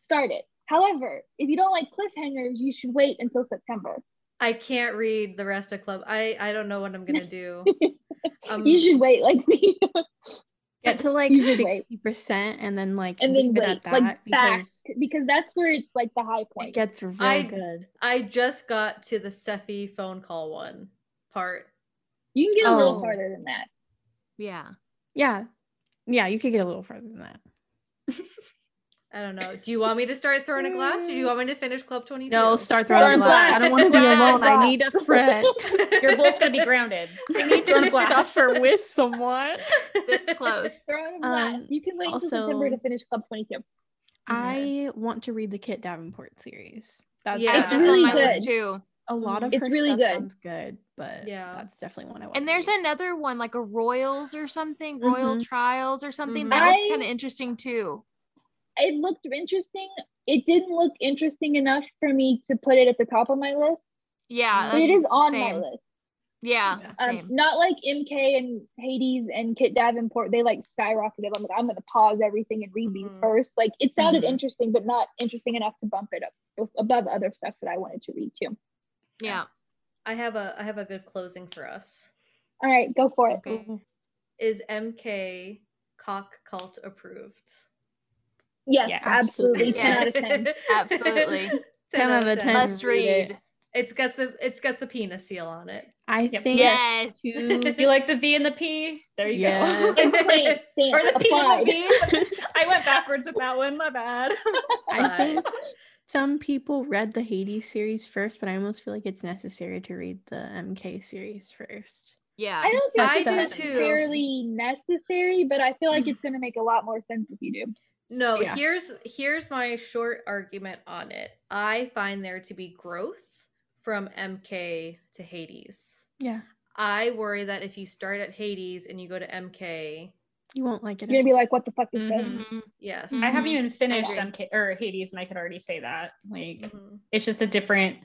D: start it. However, if you don't like cliffhangers, you should wait until September.
A: I can't read the rest of Club. I I don't know what I'm gonna do. Um,
D: you should wait, like see,
B: get to like
D: you should wait.
B: sixty percent, and then like
D: and then
B: leave it
D: wait,
B: at that
D: like
B: because
D: fast, because that's where it's like the high
B: it
D: point.
B: gets real
A: I-
B: good.
A: I just got to the Sephi phone call one part.
D: You can get a little
B: Oh.
D: farther than that.
E: Yeah.
B: Yeah, yeah, you could get a little further than that.
A: I don't know. Do you want me to start throwing a glass, or
F: Mm.
A: do you want me to finish Club Twenty Two?
B: No, start throwing
D: Throwing
B: glass. I
D: glass.
B: don't want to be
E: Throwing
B: alone. I
D: glass.
B: need a friend.
F: You're both gonna be grounded.
A: I need
B: Some
A: to
F: glass.
B: suffer with someone.
E: That's close.
D: Throwing glass.
B: Um,
D: you can wait
B: also-
D: until September to finish Club 22.
B: I want to read the Kit Davenport series. That's
A: Yeah.
E: That's
A: It's
E: on
D: really
E: my
D: good.
E: list too.
B: a lot of
D: It's
B: her
D: really
B: stuff
D: good.
B: sounds good, but
A: Yeah.
B: yeah, that's definitely one I want.
E: And there's another one like a Royals or something, Royal
B: Mhm.
E: Trials or something
A: Mhm.
E: that looks
D: Mm-hmm. I-
E: kind of interesting too.
D: It looked interesting. It didn't look interesting enough for me to put it at the top of my list,
E: Yeah,
D: but it
B: Um,
E: that's-
D: is on
E: same.
D: my list.
E: Yeah,
B: Yeah.
D: Um,
E: same.
D: not like MK and Hades and Kit Davenport. They like skyrocketed. I'm like, I'm going to pause everything and read these
A: Mhm.
D: first. Like, it sounded
A: Mhm.
D: interesting, but not interesting enough to bump it up ab- above other stuff that I wanted to read too.
E: yeah.
A: I have a I have a good closing for us.
D: All right, go for it.
E: Okay.
A: Is MK cock cult approved?
D: Yes,
B: Yes.
D: absolutely. 10 out of 10.
E: Absolutely.
B: 10 out of 10.
E: Must
B: Read it.
E: read.
A: It's got the it's got the penis seal on it.
B: I
F: Yep.
B: think
E: Yes.
B: two.
F: You like the V and the P? There you
B: Yeah.
F: go.
D: And wait,
F: or
D: stamp,
F: the P
D: applied.
F: and the V. I went backwards with that one. My bad.
B: I think some people read the Hades series first, but I almost feel like it's necessary to read the MK series first.
E: Yeah.
D: I don't think
B: I
D: it's
B: do
A: too.
D: necessarily necessary, but I feel like it's going to make a lot more sense if you do.
A: No,
B: Yeah.
A: here's here's my short argument on it. I find there to be growth from MK to Hades.
B: Yeah,
A: I worry that if you start at Hades and you go to MK,
B: you won't like it.
D: You're
B: as
D: going to be like, what the fuck is this?
E: Mhm.
A: yes.
F: I haven't
E: Mhm.
F: even finished
E: agree.
F: MK or Hades, and I could already say that. Like,
A: Mhm.
F: it's just a different.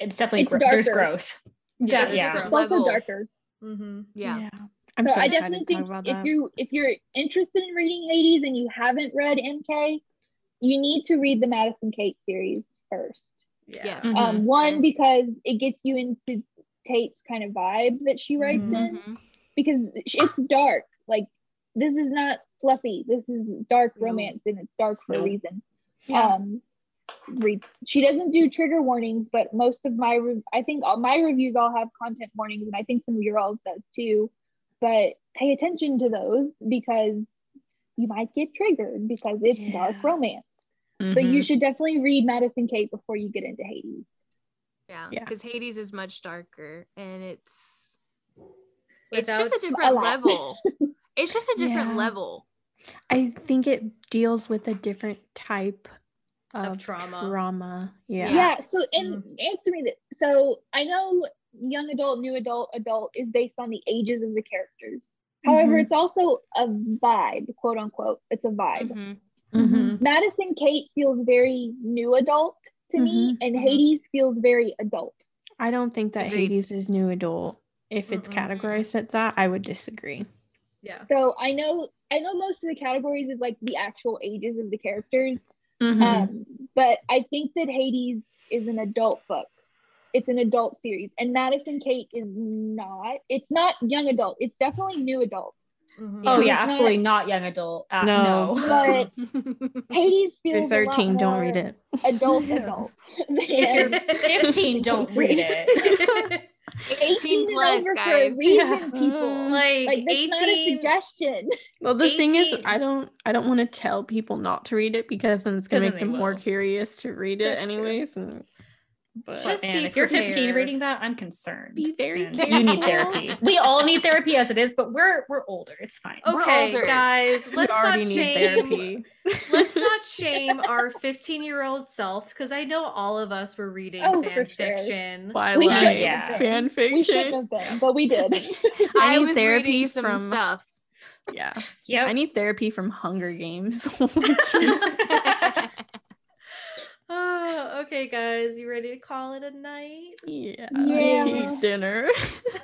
F: It's definitely
D: It's
F: gro- there's
D: darker.
F: growth.
A: Yeah,
E: it's
F: yeah.
E: grown.
D: It's also
E: Level.
D: darker.
A: Mhm.
E: Yeah.
B: I'm
D: so
B: so,
D: I
B: excited
D: definitely
B: to talk
D: think
B: about
D: if
B: that.
D: you if you're interested in reading Hades and you haven't read MK, you need to read the Madison Kate series 1st
A: Yeah.
E: Yeah.
D: Um,
B: Mhm.
D: one because it gets you into Tate's kind of vibe that she writes
B: Mm-hmm.
A: Mhm.
D: in
E: Mhm.
D: because it's dark. Like this is not fluffy. This is dark
E: No.
D: romance, and it's dark for a
F: No.
D: reason.
B: Yeah.
D: um read she doesn't do trigger warnings but most of my re- i think all my reviews all have content warnings and i think some of your alls does too but pay attention to those because you might get triggered because it's dark
B: Yeah.
D: romance but
F: Mm-hmm.
D: you should definitely read madison kate before you get into hades
E: Yeah.
B: Yeah.
E: Because Hades is much darker and it's it's
A: Without-
E: just a
D: A
E: different
D: lot.
E: level. It's just a different
B: Yeah.
E: level.
B: I think it deals with a different type of,
A: trauma.
B: Trauma. Yeah.
D: yeah, so and
A: Mhm.
D: answer me this so i know young adult new adult adult is based on the ages of the characters however
B: Mhm.
D: it's also a vibe quote unquote it's a vibe
E: Mhm.
D: Mm-hmm.
B: Mhm.
D: Madison Kate feels very new adult to me, and
E: mhm.
D: Hades feels very adult.
B: I don't think that
E: Agreed.
B: Hades is new adult. If it's
A: Mm-mm.
B: categorized at that, I would disagree.
A: Yeah.
D: So I know I know most of the categories is like the actual ages of the characters,
B: Mm-hmm.
F: Mm-hmm.
D: um, but I think that Hades is an adult book. It's an adult series, and Madison Kate is not. It's not young adult. It's definitely new adult.
A: Mhm.
F: Oh
D: It's
F: yeah,
D: not-
F: absolutely not young adult. Uh,
B: No.
F: no.
D: But Hades
B: You're
D: feels a lot
B: 13, don't read
D: more
B: it.
D: Adult
A: Yeah.
D: adult.
F: If
D: than-
F: you're 15, don't read it.
D: 18
E: plus,
D: and over
E: guys.
D: for a reason,
F: Yeah.
B: Mm,
D: people. Like,
A: Like,
D: that's not a
A: 18.
D: suggestion.
B: Well, the thing is,
A: 18.
B: I don't, I don't want to tell people not to read it because then it's gonna
A: 'Cause then
B: make
A: they
B: them more
A: will.
B: curious to read it,
D: That's true.
B: anyways. And but
A: Just
F: man,
A: be
F: if you're 15
A: prepared.
F: reading that, I'm concerned.
B: Be very
F: And You need
E: careful.
F: therapy. We all need therapy as it is, but we're we're older. It's fine.
E: Oh, We're
A: Okay,
E: older.
A: guys,
B: we
A: let's not
B: already need
A: shame.
B: therapy.
A: Let's not shame our 15 year old selves because I know all of us were reading
D: Oh, for
A: fan
D: sure.
A: fiction.
B: Why
D: We
B: lie?
F: shouldn't have
B: fan
D: We shouldn't
B: fiction.
D: have been, but we did.
E: I,
B: I need
E: was
B: therapy
E: reading some
B: from-
E: stuff.
B: Yeah,
F: Yep.
B: I need therapy from Hunger Games. Jeez.
A: Oh, okay, guys, you ready to call it a night?
B: yeah,
D: Yeah.
B: I need to eat dinner.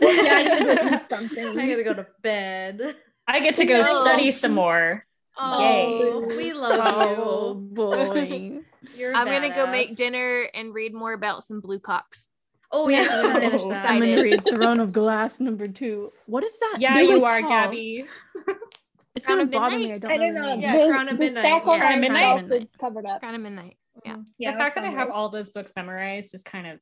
D: yeah, I need to go do
A: I
D: something.
A: gotta go to bed.
F: I get to go
E: No.
F: study some more.
A: Oh, we
B: Oh
A: love
B: boy.
A: you. You're
E: I'm gonna go
A: badass.
E: make dinner and read more about some blue cocks.
A: Oh yes, I'm gonna finish
F: No.
A: that.
B: I'm gonna
E: Excited.
B: read Throne of Glass number two. What is that?
F: Yeah,
B: really
F: you are,
B: called?
F: Gabby.
B: It's
E: Crown
B: gonna
E: of
B: bother me.
E: Midnight?
B: I don't,
D: I don't know.
A: Yeah,
B: Yeah.
D: the,
A: Crown of
D: the
A: Midnight,
D: stack
F: yeah.
D: on
F: Crown of
D: my
F: Midnight.
D: shelf is covered up.
E: Kind of midnight. Yeah.
F: Yeah, the
D: that
F: fact that I
D: sounds
F: have
D: good.
F: all those books memorized is kind of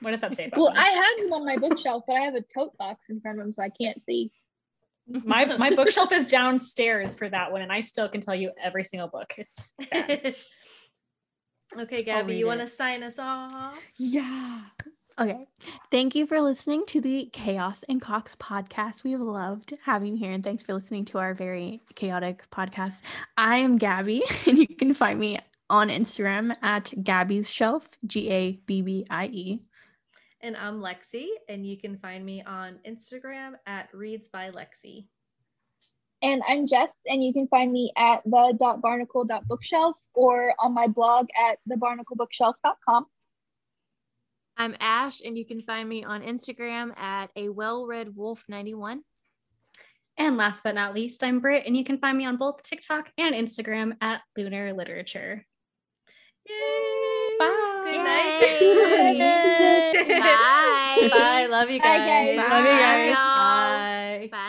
F: what does that say about
D: Well,
F: me?
D: I have them on my bookshelf, but I have a tote box in front of them, so I can't see.
F: my my bookshelf is downstairs for that one, and I still can tell you every single book. It's bad.
A: okay, Gabby,
B: read
A: you want to
B: it.
A: sign us off?
B: Yeah. Okay. Thank you for listening to the Chaos and Cox podcast. We've loved having you here and thanks for listening to our very chaotic podcast. I am Gabby and you can find me on Instagram at Gabby's Shelf, G A B B I E.
A: And I'm Lexi, and you can find me on Instagram at Reads by Lexi.
D: And I'm Jess, and you can find me at the.barnacle.bookshelf or on my blog at thebarnaclebookshelf.com.
E: I'm Ash, and you can find me on Instagram at a well read wolf 91.
F: And last but not least, I'm Britt, and you can find me on both TikTok and Instagram at Lunar Literature.
A: Yay!
B: Bye.
A: Good
E: Yay.
A: night. guys.
E: Bye.
A: Bye. Love you
D: Bye,
A: guys.
D: guys.
B: Love you guys.
E: Love y'all.
A: Bye.
E: Bye.